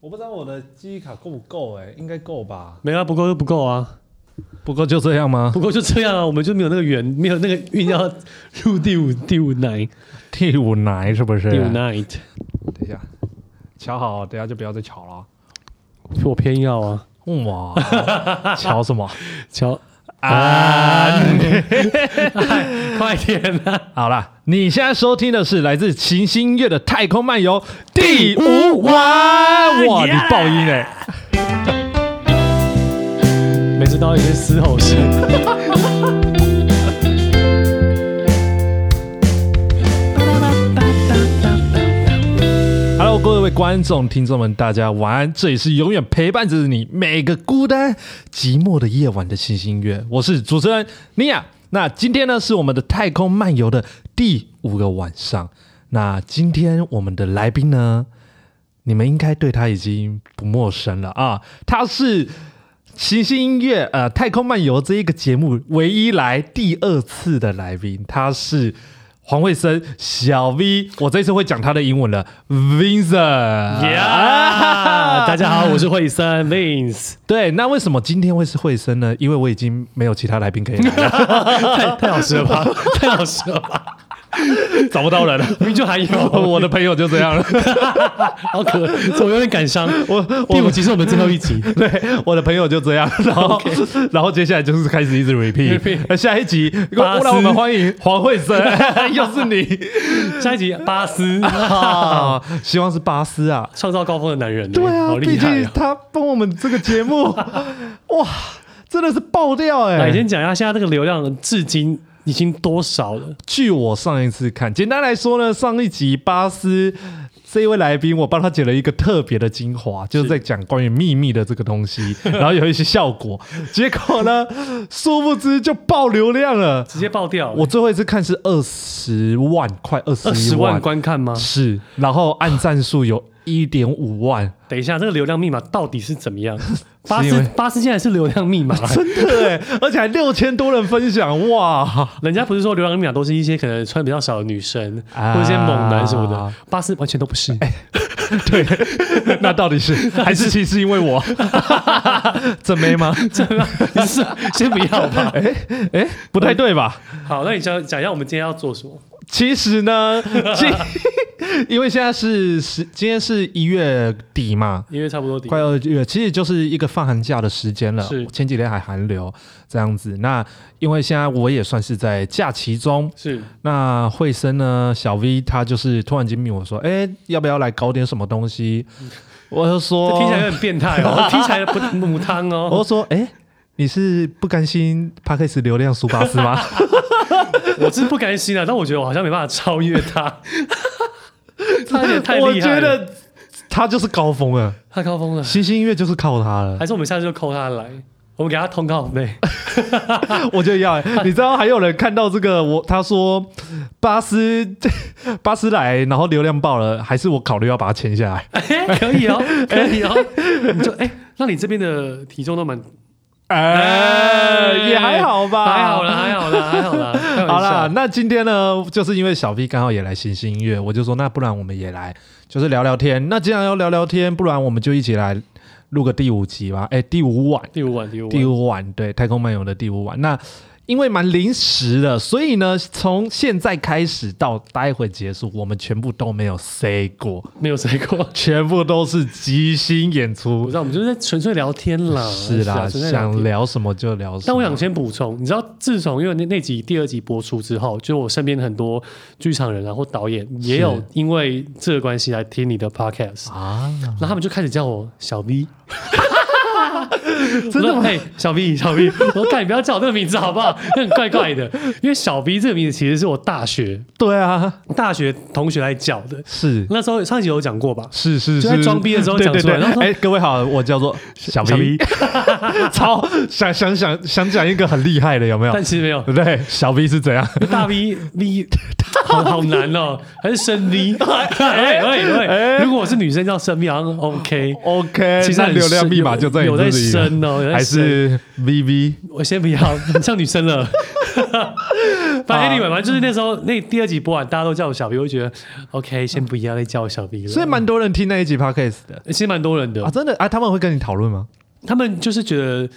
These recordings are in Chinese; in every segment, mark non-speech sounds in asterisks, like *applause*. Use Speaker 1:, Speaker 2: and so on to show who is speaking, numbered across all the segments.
Speaker 1: 我不知道我的记忆卡够不够哎、应该够吧？
Speaker 2: 没啊，不够就不够啊，
Speaker 1: 不够就这样吗？
Speaker 2: 不够就这样啊，我们就没有那个缘，没有那个运要入第五第五 night
Speaker 1: 第五奶是不是？
Speaker 2: 第五 night，
Speaker 1: 等一下，瞧好，等一下就不要再瞧了。
Speaker 2: 我偏要啊，
Speaker 1: 哇， *laughs* 瞧什么？
Speaker 2: 瞧，
Speaker 1: 啊！
Speaker 2: *laughs* 快点啊！
Speaker 1: 好啦，你现在收听的是来自秦星月的《太空漫游》第五晚。哇，你爆音哎、
Speaker 2: 每次都有一些嘶吼声。
Speaker 1: Hello，各位观众、听众们，大家晚安！这里是永远陪伴着你每个孤单、寂寞的夜晚的星星月，我是主持人尼亚。那今天呢，是我们的太空漫游的第五个晚上。那今天我们的来宾呢，你们应该对他已经不陌生了啊，他是。行星音乐，呃，太空漫游这一个节目唯一来第二次的来宾，他是黄慧生小 V，我这次会讲他的英文了，Vincent。
Speaker 2: Yeah，大家啊好，我是惠森 Vince，
Speaker 1: 对，那为什么今天会是慧生呢？因为我已经没有其他来宾可以来了，
Speaker 2: 太太好吃了吧， *laughs* 太好吃了吧，
Speaker 1: 找不到人了。
Speaker 2: 明明就还有，
Speaker 1: *laughs* 我的朋友就这样了，
Speaker 2: 好可，我有点感伤。
Speaker 1: 我
Speaker 2: 第五
Speaker 1: 我
Speaker 2: 集是我们最后一集，
Speaker 1: *laughs* 对我的朋友就这样，然后然后接下来就是开始一直 repeat，
Speaker 2: Repeat
Speaker 1: 那下一集，
Speaker 2: 巴斯
Speaker 1: 让我们欢迎黄慧生， *laughs* 又是你
Speaker 2: 下一集巴斯，
Speaker 1: 啊， *laughs* 希望是巴斯啊，
Speaker 2: 创造高峰的男人，
Speaker 1: 对啊
Speaker 2: 好，厉
Speaker 1: 毕
Speaker 2: 害
Speaker 1: 竟
Speaker 2: 啊！
Speaker 1: 他帮我们这个节 *laughs* 目，哇，真的是爆掉哎、
Speaker 2: 来先讲一下现在这个流量，至今已经多少了？
Speaker 1: 据我上一次看，简单来说呢，上一集巴斯这一位来宾，我帮他剪了一个特别的精华，就是在讲关于秘密的这个东 *laughs* 西，然后有一些效果。结果呢，殊不知就爆流量了。
Speaker 2: 直接爆掉了，
Speaker 1: 我最后一次看是二十万，快二十
Speaker 2: 二十万观看吗？
Speaker 1: 是，然后按赞数有一点五万，
Speaker 2: 等一下，这个流量密码到底是怎么样？巴
Speaker 1: 因
Speaker 2: 斯
Speaker 1: 为
Speaker 2: 巴斯竟然是流量
Speaker 1: *laughs*
Speaker 2: 密码，
Speaker 1: 真的哎，而且还六千多人分享，哇！
Speaker 2: 人家不是说流量密码都是一些可能穿比较少的女生，
Speaker 1: 啊哎
Speaker 2: 或者一些猛男什么的，巴斯完全都不是。
Speaker 1: 对，那到底 *laughs* 是还是其实因为我 *laughs* 真没吗？
Speaker 2: 你 *laughs* 是先不要吧。
Speaker 1: 哎，不太对吧？
Speaker 2: 好，那你讲讲一下我们今天要做什么？
Speaker 1: 其实呢，今 *laughs* 因为现在是十，今天是一月底嘛，
Speaker 2: 因为差不多底
Speaker 1: 快二月，其实就是一个放寒假的时间了。
Speaker 2: 是
Speaker 1: 前几天还寒流这样子。那因为现在我也算是在假期中，
Speaker 2: 是
Speaker 1: 那慧生呢，小 V 他就是突然间命我说，哎，要不要来搞点什么东西？我就
Speaker 2: 这
Speaker 1: 说，
Speaker 2: 听起来有点变态
Speaker 1: *laughs*
Speaker 2: 哦，听起来不母汤
Speaker 1: 我
Speaker 2: 哦。
Speaker 1: 就说，哎、你是不甘心 p a c k a g e 流量苏巴斯吗？
Speaker 2: 我是不甘心啊，但我觉得我好像没办法超越
Speaker 1: *laughs*
Speaker 2: 他， *laughs* 他有点太
Speaker 1: 我
Speaker 2: 厉害
Speaker 1: 觉
Speaker 2: 了，
Speaker 1: 得他就是高峰了，
Speaker 2: 太高峰了。
Speaker 1: 新星音乐就是靠他了。
Speaker 2: 还是我们下次就扣他来，我们给他通告费。
Speaker 1: *laughs* 我觉得要、欸，你知道还有人看到这个，我他说巴斯 *laughs* 巴斯来，然后流量爆了，还是我考虑要把它签下来。
Speaker 2: 哎、可以哦，可以哦，你就哎、那你这边的体重都蛮
Speaker 1: 哎、也还好吧，
Speaker 2: 还好啦，还好啦，还好啦，开玩笑
Speaker 1: 好啦，，那今天呢，就是因为小 V 刚好也来新星音乐，我就说那不然我们也来，就是聊聊天。那既然要聊聊天，不然我们就一起来录个第五集吧。哎、第五晚，
Speaker 2: 第五晚，第五
Speaker 1: 第
Speaker 2: 晚，
Speaker 1: 五晚，对，太空漫游的第五晚。那因为蛮临时的，所以呢，从现在开始到待会结束，我们全部都没有 say 过，
Speaker 2: 没有谁过。
Speaker 1: 全部都是即兴演
Speaker 2: 我
Speaker 1: 出
Speaker 2: 知。道，我们就是在纯粹聊天啦，
Speaker 1: 是啦，
Speaker 2: 啊纯粹聊天
Speaker 1: 想聊什么就聊什么。
Speaker 2: 但我想先补充，你知道，自从因为那那集第二集播出之后，就我身边很多剧场人啊或导演也有因为这个关系来听你的 podcast，
Speaker 1: 啊，
Speaker 2: 然后他们就开始叫我小 *laughs* V。
Speaker 1: 真的吗？
Speaker 2: 哎、小 V，小 V，我说干，你不要叫我这个名字好不好？那很怪怪的，因为小 V 这个名字其实是我大学
Speaker 1: 对啊，
Speaker 2: 大学同学来叫的。
Speaker 1: 是
Speaker 2: 那时候上一集有讲过吧？
Speaker 1: 是是
Speaker 2: 就在
Speaker 1: 是，
Speaker 2: 装逼的时候
Speaker 1: 对
Speaker 2: 讲
Speaker 1: 对
Speaker 2: 出来
Speaker 1: 对
Speaker 2: 然后说
Speaker 1: 哎，各位好，我叫做小
Speaker 2: 小
Speaker 1: V，超想想想想讲一个很厉害的，有没有？
Speaker 2: 但其实没有，
Speaker 1: 对不对？小 V 是怎样？
Speaker 2: 大 V V 好好难哦，还是深 *laughs* V？哎哎
Speaker 1: 哎
Speaker 2: 哎！如果我是女生叫深 V，好像 OK。
Speaker 1: *laughs* OK，
Speaker 2: 其实
Speaker 1: 那
Speaker 2: 很深
Speaker 1: 流量密码就在你
Speaker 2: 有有在
Speaker 1: 这里了
Speaker 2: 深哦有在
Speaker 1: 还是 VV？
Speaker 2: *laughs* 我先不要像女生了，反正 anyway，反正就是那时候那第二集播完，大家都叫我小 B，我就觉得 OK，先不要再叫我小 B 了。
Speaker 1: 所以蛮多人听那一集 podcast 的
Speaker 2: 其实蛮多人的
Speaker 1: 啊，，真的啊，他们会跟你讨论吗？
Speaker 2: 他们就是觉得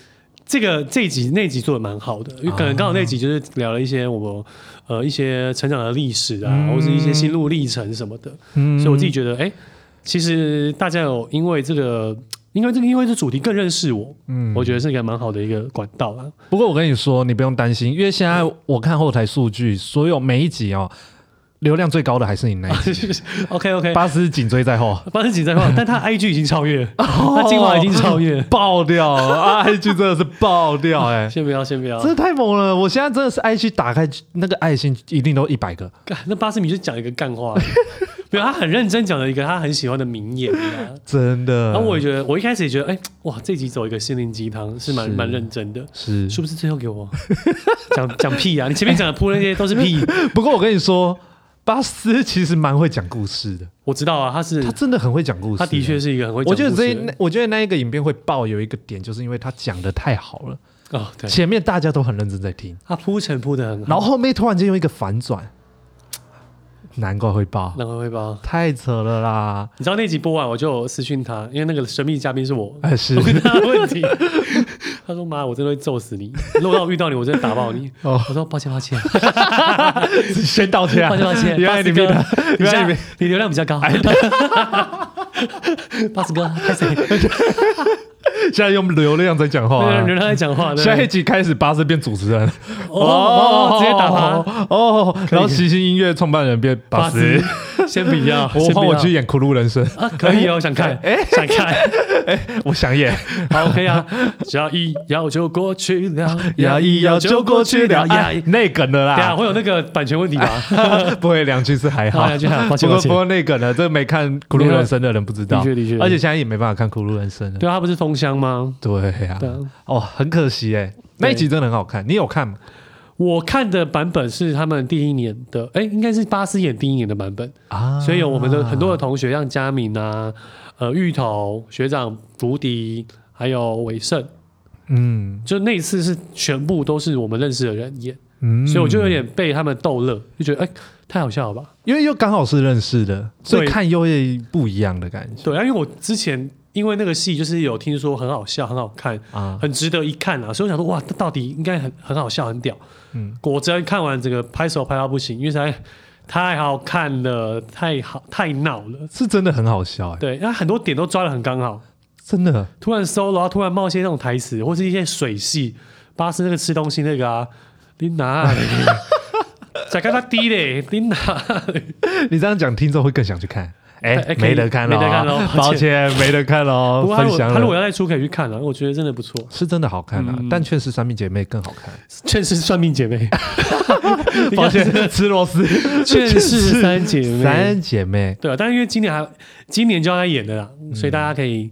Speaker 2: 这个这一集那一集做的蛮好的，因
Speaker 1: 啊
Speaker 2: 为可能刚好那一集就是聊了一些我们呃一些成长的历史啊，
Speaker 1: 嗯
Speaker 2: 或是一些心路历程什么的，
Speaker 1: 嗯，
Speaker 2: 所以我自己觉得，哎、其实大家有因为这个。因为这个，因为这主题更认识我，
Speaker 1: 嗯
Speaker 2: 我觉得是一个蛮好的一个管道啊 *laughs* 啦。
Speaker 1: 不过我跟你说，你不用担心，因为现在我看后台数据，所有每一集哦，流量最高的还是你那一集，嗯
Speaker 2: OK
Speaker 1: *laughs*
Speaker 2: OK，
Speaker 1: 巴斯紧追在后，
Speaker 2: 八十几在话，但他 IG 已经
Speaker 1: *laughs*
Speaker 2: 超越，
Speaker 1: 哦
Speaker 2: 他精华已经超越。
Speaker 1: 爆掉啊！IG 真的是爆掉哎、
Speaker 2: 先不要，先不要
Speaker 1: 真。的太猛了！我现在真的是 IG 打开那个爱心，一定都一百个。
Speaker 2: 干那巴斯米就讲一个干话，没有，他很认真讲了一个他很喜欢的名言啊。
Speaker 1: 真的。
Speaker 2: 然后我也觉得，我一开始也觉得，哎、哇，这集走一个心灵鸡汤是蛮
Speaker 1: 是
Speaker 2: 蛮认真的，
Speaker 1: 是，
Speaker 2: 是不是？最后给我讲讲屁啊！你前面讲的铺那些都是
Speaker 1: *laughs*
Speaker 2: 屁，
Speaker 1: *laughs* 不过我跟你说，巴斯其实蛮会讲故事的，
Speaker 2: 我知道啊，他是
Speaker 1: 他真的很会讲故事。
Speaker 2: 他的确，是一个很会讲
Speaker 1: 我
Speaker 2: 故
Speaker 1: 觉
Speaker 2: 事的
Speaker 1: 得
Speaker 2: 人，
Speaker 1: 这一我觉得那一个影片会爆有一个点，就是因为他讲的太好了，
Speaker 2: 哦，对，
Speaker 1: 前面大家都很认真在听，
Speaker 2: 他铺陈铺的很好，
Speaker 1: 然后后面突然间用一个反转，难怪会爆，
Speaker 2: 然后会吧？
Speaker 1: 太扯了啦！
Speaker 2: 你知道那集播完，我就有私讯他，因为那个神秘嘉宾是我，
Speaker 1: *laughs* 哎，是
Speaker 2: 我问他问题， *laughs* 他说：“妈，我真的会揍死你！如果让我遇到你，我真的打爆你。”
Speaker 1: *laughs* 哦
Speaker 2: 我说：“抱歉，
Speaker 1: *laughs*
Speaker 2: 抱歉，
Speaker 1: 先道歉啊，
Speaker 2: 抱歉，抱歉。”
Speaker 1: *laughs* 原来你没
Speaker 2: 的
Speaker 1: 打，，
Speaker 2: 你
Speaker 1: 原来你
Speaker 2: 家
Speaker 1: 没哎
Speaker 2: 你流量比较高。 *laughs* 巴斯哥，开始
Speaker 1: 现在用流量在讲话啊、
Speaker 2: 流量在讲话，对
Speaker 1: 下一集开始，巴斯变主持人
Speaker 2: *laughs* 哦哦，哦直接打他。
Speaker 1: 哦，然后习星音乐创办人变巴
Speaker 2: 巴
Speaker 1: 斯
Speaker 2: 斯，， *laughs* 先不要，
Speaker 1: *laughs* 我
Speaker 2: 先不
Speaker 1: 换我
Speaker 2: 要
Speaker 1: 去演《苦路人
Speaker 2: *laughs*
Speaker 1: 生》，哎
Speaker 2: 啊，可
Speaker 1: *laughs*
Speaker 2: 以哦，想看，想看， *laughs*
Speaker 1: 我想演。
Speaker 2: 好，OK 啊，只要一摇就过去
Speaker 1: *laughs*
Speaker 2: 了，
Speaker 1: 摇一摇就过去了，啊呀
Speaker 2: 呀，，
Speaker 1: 那梗的
Speaker 2: 等一下
Speaker 1: 啦，
Speaker 2: 会有那个版权问题吧？
Speaker 1: *laughs* 不会两句是还
Speaker 2: 好，
Speaker 1: 好
Speaker 2: 来，。就好，抱
Speaker 1: 不
Speaker 2: 歉，抱
Speaker 1: 过
Speaker 2: 歉
Speaker 1: 不。过那梗的，这没看《苦路人生》的人不知道，
Speaker 2: 的确的确
Speaker 1: 而且现在也没办法看《苦路人生》了。
Speaker 2: 对啊，他不是封箱吗？
Speaker 1: 对呀
Speaker 2: 对啊，
Speaker 1: 哦，很可惜哎，那一集真的很好看，你有看吗？
Speaker 2: 我看的版本是他们第一年的，哎，应该是巴斯演第一年的版本，
Speaker 1: 啊，
Speaker 2: 所以有我们的很多的同学，像佳敏啊、呃芋头学长、福迪，还有伟盛，
Speaker 1: 嗯
Speaker 2: 就那一次是全部都是我们认识的人演，
Speaker 1: 嗯，
Speaker 2: 所以我就有点被他们逗乐，就觉得哎太好笑了吧？
Speaker 1: 因为又刚好是认识的，所以
Speaker 2: 对
Speaker 1: 看又会不一样的感觉
Speaker 2: 对啊，因为我之前因为那个戏就是有听说很好笑、很好看，
Speaker 1: 啊。
Speaker 2: 很值得一看啊，所以我想说，哇，这到底应该很很好笑、很屌。
Speaker 1: 嗯
Speaker 2: 嗯，果真看完整个拍手拍到不行，因为实在 *laughs* 太好看了，太好太闹了。
Speaker 1: 是真的很好笑哎、
Speaker 2: 对，那很多点都抓的很刚好，
Speaker 1: 真的
Speaker 2: 突然 solo 啊，突然冒一些那种台词，或是一些水戏，巴斯那个吃东西那个啊，你哪 *laughs* 里？在看他低嘞，你哪？
Speaker 1: 你这样讲，听众会更想去看。哎、
Speaker 2: 哎可以
Speaker 1: 没得看了，
Speaker 2: 没得看咯
Speaker 1: 抱
Speaker 2: 抱
Speaker 1: 歉，没得看喽
Speaker 2: 不。过他
Speaker 1: 分
Speaker 2: 如果
Speaker 1: 享
Speaker 2: 他如果
Speaker 1: 了，
Speaker 2: 要嗯再出可以去看了、啊我觉得真的不错。
Speaker 1: 是真的好看啊，但确实《三命姐妹》更好看。
Speaker 2: *laughs* 劝世算命姐 *laughs* 妹，
Speaker 1: 抱歉，
Speaker 2: *laughs*
Speaker 1: 吃螺丝。
Speaker 2: 劝世三姐妹，
Speaker 1: 三姐妹，
Speaker 2: 对啊，但是因为今年还今年就要来演的啦，所以大家可以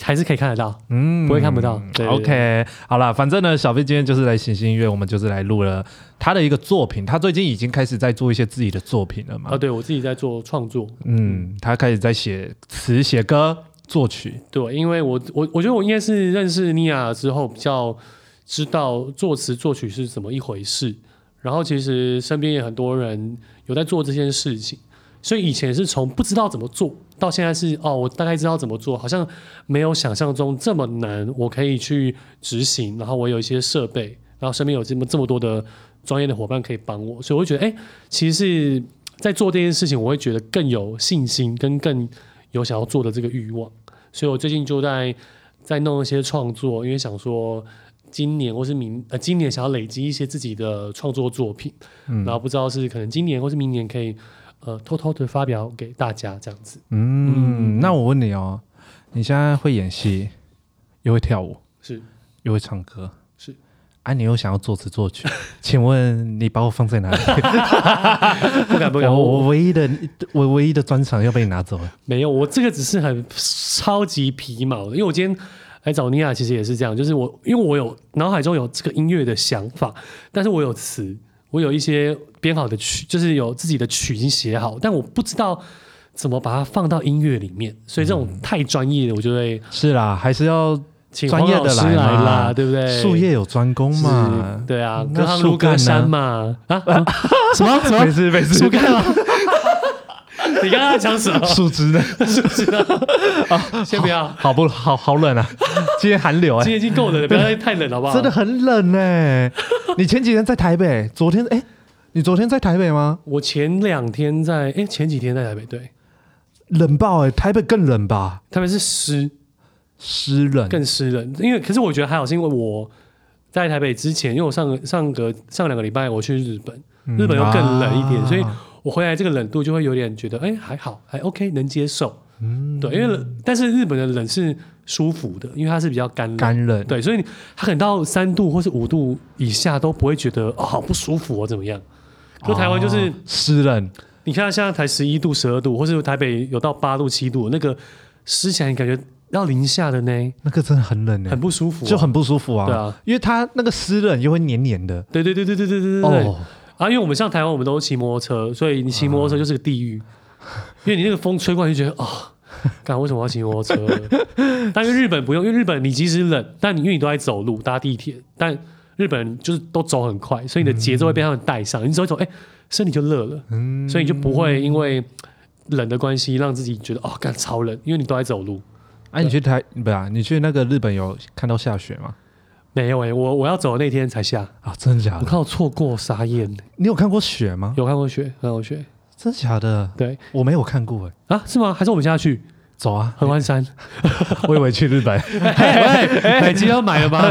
Speaker 2: 还是可以看得到。
Speaker 1: 嗯，
Speaker 2: 不会看不到对
Speaker 1: OK，好了，反正呢，小飞今天就是来行星音乐，我们就是来录了他的一个作品。他最近已经开始在做一些自己的作品了嘛？
Speaker 2: 啊，对我自己在做创作，
Speaker 1: 嗯，他开始在写词、写歌、作曲。
Speaker 2: 对，因为我我我觉得我应该是认识妮亚之后比较知道作词作曲是怎么一回事，然后其实身边也很多人有在做这件事情，所以以前是从不知道怎么做到现在是哦，我大概知道怎么做，好像没有想象中这么难，我可以去执行，然后我有一些设备，然后身边有这么这么多的专业的伙伴可以帮我，所以我会觉得哎、其实是在做这件事情，我会觉得更有信心跟更有想要做的这个欲望。所以我最近就在在弄一些创作，因为想说今年或是明呃今年想要累积一些自己的创作作品，然后不知道是可能今年或是明年可以呃偷偷的发表给大家这样子。
Speaker 1: 嗯，那我问你哦，你现在会演戏，又会跳舞，
Speaker 2: 是
Speaker 1: 又会唱歌，
Speaker 2: 是
Speaker 1: 啊，你又想要作词作曲， *laughs* 请问你把我放在 *laughs* 哪里？
Speaker 2: *laughs* 不敢不敢，
Speaker 1: 我
Speaker 2: 我我
Speaker 1: 我唯一的我唯一的专 *laughs* 长要被你拿走了。
Speaker 2: 没有，我这个只是很超级皮毛的，因为我今天。来找妮亚其实也是这样，就是我因为我有脑海中有这个音乐的想法，但是我有词，我有一些编好的曲，就是有自己的曲已经写好，但我不知道怎么把它放到音乐里面，所以这种太专业的，我就会
Speaker 1: 是啦，还是要
Speaker 2: 请
Speaker 1: 专
Speaker 2: 黄
Speaker 1: 业
Speaker 2: 老
Speaker 1: 的
Speaker 2: 师
Speaker 1: 来嘛
Speaker 2: 啦，对不对？
Speaker 1: 术业有专攻
Speaker 2: 是
Speaker 1: 嘛。
Speaker 2: 对啊，
Speaker 1: 那
Speaker 2: 隔行
Speaker 1: 树
Speaker 2: 如隔
Speaker 1: 干呢
Speaker 2: 山嘛，啊，啊 *laughs* 什
Speaker 1: *laughs*
Speaker 2: 么什么
Speaker 1: 没事没事
Speaker 2: 树，干吗？ *laughs*
Speaker 1: 啊 *laughs*
Speaker 2: 你刚刚在讲什么？
Speaker 1: 树枝呢？
Speaker 2: 是不是啊？先
Speaker 1: *laughs*
Speaker 2: 不要，
Speaker 1: 好不好？好冷 *laughs* 啊！今天寒流哎、
Speaker 2: 今天已经够冷了，不要再太冷了好不好？
Speaker 1: *laughs* 真的，很冷哎、你前几天在台北，昨天哎、你昨天在台北吗？
Speaker 2: 我前两天在，哎，前几天在台北，对，
Speaker 1: 冷爆哎、台北更冷吧？
Speaker 2: 特别是湿，
Speaker 1: 湿冷，
Speaker 2: 更湿冷，因为可是我觉得还好，是因为我在台北之前，因为我上个上个上两个礼拜我去日本，日本又更冷一点，
Speaker 1: 啊
Speaker 2: 所以我回来这个冷度就会有点觉得，哎、还好，还 OK，能接受。嗯，对，因为冷但是日本的冷是舒服的，因为它是比较干冷，
Speaker 1: 干冷。
Speaker 2: 对，所以你它可能到三度或是五度以下都不会觉得哦好不舒服哦怎么样。可台湾就是、
Speaker 1: 哦湿冷，
Speaker 2: 你看现在才十一度、十二度，或是台北有到八度、七度，那个湿起来你感觉要零下的呢，
Speaker 1: 那个真的很冷哎、
Speaker 2: 很不舒服啊、
Speaker 1: 就很不舒服啊。
Speaker 2: 对啊，
Speaker 1: 因为它那个湿冷又会黏黏的。
Speaker 2: 对对对对对对对对对。
Speaker 1: 哦，
Speaker 2: 啊，因为我们像台湾，我们都骑摩托车，所以你骑摩托车就是个地狱，因为你那个风吹过来就觉得啊，干、为什么我要骑摩托车？但是日本不用，因为日本你即使冷，但你因为你都在走路搭地铁，但日本人就是都走很快，所以你的节奏会被他们带上，你走一走，哎、身体就热了，
Speaker 1: 嗯，
Speaker 2: 所以你就不会因为冷的关系让自己觉得哦，干超冷，因为你都在走路。
Speaker 1: 哎、你去台不啊？你去那个日本有看到下雪吗？
Speaker 2: 没有哎、我我要走的那天才下，
Speaker 1: 啊，真的假
Speaker 2: 我
Speaker 1: 的？
Speaker 2: 看我错过傻眼，欸
Speaker 1: 你有看过雪吗？
Speaker 2: 有看过雪，看过雪，
Speaker 1: 真的假的？
Speaker 2: 对
Speaker 1: 我没有看过哎、
Speaker 2: 啊，是吗？还是我们下去
Speaker 1: 走啊，
Speaker 2: 合欢山？
Speaker 1: *laughs* 我以为去日本。
Speaker 2: *laughs* 哎喂，北极要买了 *laughs* 吗？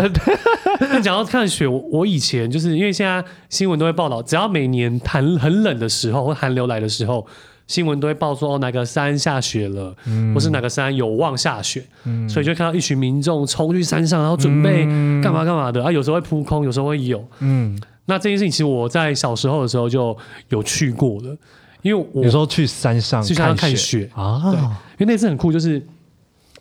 Speaker 2: 那讲到看雪，我我以前就是因为现在新闻都会报道，只要每年寒很冷的时候或寒流来的时候，新闻都会报说哦哪个山下雪了，或是哪个山有望下雪，所以就看到一群民众冲去山上，然后准备干嘛干嘛的啊，有时候会扑空，有时候会有。
Speaker 1: 嗯，
Speaker 2: 那这件事情其实我在小时候的时候就有去过了，因为我
Speaker 1: 有时候嗯去山上
Speaker 2: 去山上
Speaker 1: 看
Speaker 2: 看雪对
Speaker 1: 啊，
Speaker 2: 因为那次很酷，就是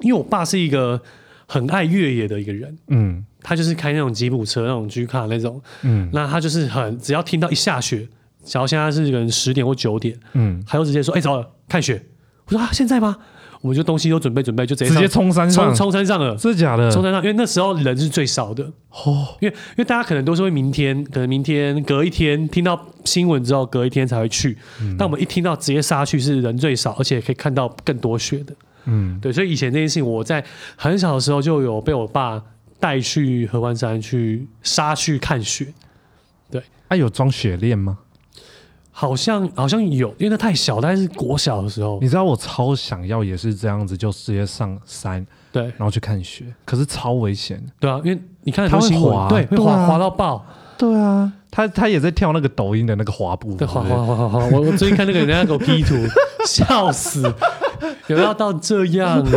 Speaker 2: 因为我爸是一个很爱越野的一个人。
Speaker 1: 嗯
Speaker 2: 他就是开那种吉普车、那种 G 卡那种，
Speaker 1: 嗯
Speaker 2: 那他就是很只要听到一下雪，假如现在是可能十点或九点，
Speaker 1: 嗯，
Speaker 2: 他就直接说：“哎、走了，看雪。”我说：“啊，现在吗？”我们就东西都准备准备，就直接
Speaker 1: 直
Speaker 2: 上
Speaker 1: 接冲山上
Speaker 2: 冲，冲山上了，
Speaker 1: 真的假的？
Speaker 2: 冲山上，因为那时候人是最少的，
Speaker 1: 嗯哦，
Speaker 2: 因为因为大家可能都是会明天，可能明天隔一天听到新闻之后，隔一天才会去，
Speaker 1: 嗯
Speaker 2: 但我们一听到直接杀去是人最少，而且可以看到更多雪的。
Speaker 1: 嗯
Speaker 2: 对，所以以前这件事情，我在很小的时候就有被我爸带去合欢山去沙去看雪，
Speaker 1: 啊，有装雪链吗？
Speaker 2: 好像好像有，因为那太小，但是国小的时候
Speaker 1: 你，知道我超想要也是这样子，就直接上山，
Speaker 2: 对
Speaker 1: 然后去看雪，可是超危险的。
Speaker 2: 对啊，因为你看很多
Speaker 1: 它会
Speaker 2: 新闻，
Speaker 1: 滑
Speaker 2: 对，会
Speaker 1: 对
Speaker 2: 滑、
Speaker 1: 啊
Speaker 2: 滑到爆，
Speaker 1: 对啊，他他也在跳那个抖音的那个滑步，
Speaker 2: 对，滑
Speaker 1: 不
Speaker 2: 滑滑滑滑，我我最近看那个人家给我 P 图， *laughs* 笑死，有要到这样。 *laughs*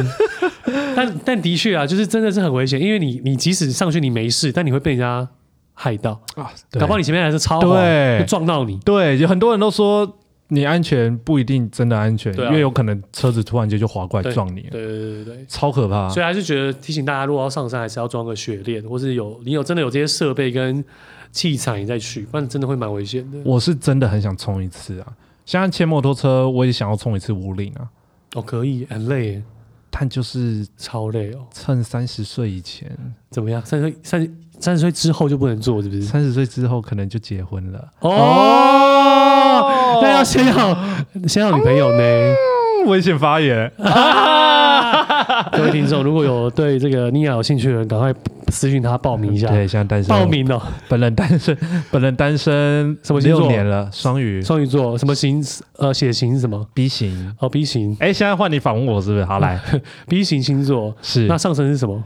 Speaker 2: 但但的确啊，就是真的是很危险，因为你你即使上去你没事，但你会被人家害到，
Speaker 1: 啊，
Speaker 2: 搞不好
Speaker 1: 你
Speaker 2: 你前面还是超滑，
Speaker 1: 对
Speaker 2: 会撞到你。
Speaker 1: 对，有很多人都说你安全不一定真的安全，
Speaker 2: 对啊
Speaker 1: 因为有可能车子突然间就滑过来
Speaker 2: 对
Speaker 1: 撞你，
Speaker 2: 对对对对对。
Speaker 1: 超可怕。
Speaker 2: 啊所以还是觉得提醒大家，如果要上山，还是要装个雪链，或是有你有真的有这些设备跟器材，你再去，不然真的会蛮危险的。
Speaker 1: 我是真的很想冲一次啊！像骑摩托车，我也想要冲一次五岭啊，
Speaker 2: 哦，可以，很累耶，
Speaker 1: 但就是
Speaker 2: 超累哦。
Speaker 1: 趁三十岁以前，
Speaker 2: 怎么样？三十岁三三十岁之后就不能做，是不是？
Speaker 1: 三十岁之后可能就结婚了。
Speaker 2: 哦，那要先要先要女朋友呢。
Speaker 1: 嗯危险发言，啊
Speaker 2: 各位听众，如果有对这个妮亚有兴趣的人，赶快私讯他报名一下，
Speaker 1: 对，现在单身，
Speaker 2: 报，名哦。
Speaker 1: 本人单身，本人单身
Speaker 2: 什么星座
Speaker 1: 六年了，双鱼
Speaker 2: 双鱼座什么型？呃，血型是什么？
Speaker 1: B 型。
Speaker 2: 哦，B 型
Speaker 1: 哎，现在换你访问我是不是？好 *laughs* 来，
Speaker 2: ，B 型星座。
Speaker 1: 是
Speaker 2: 那上升是什么？
Speaker 1: *laughs*
Speaker 2: 啊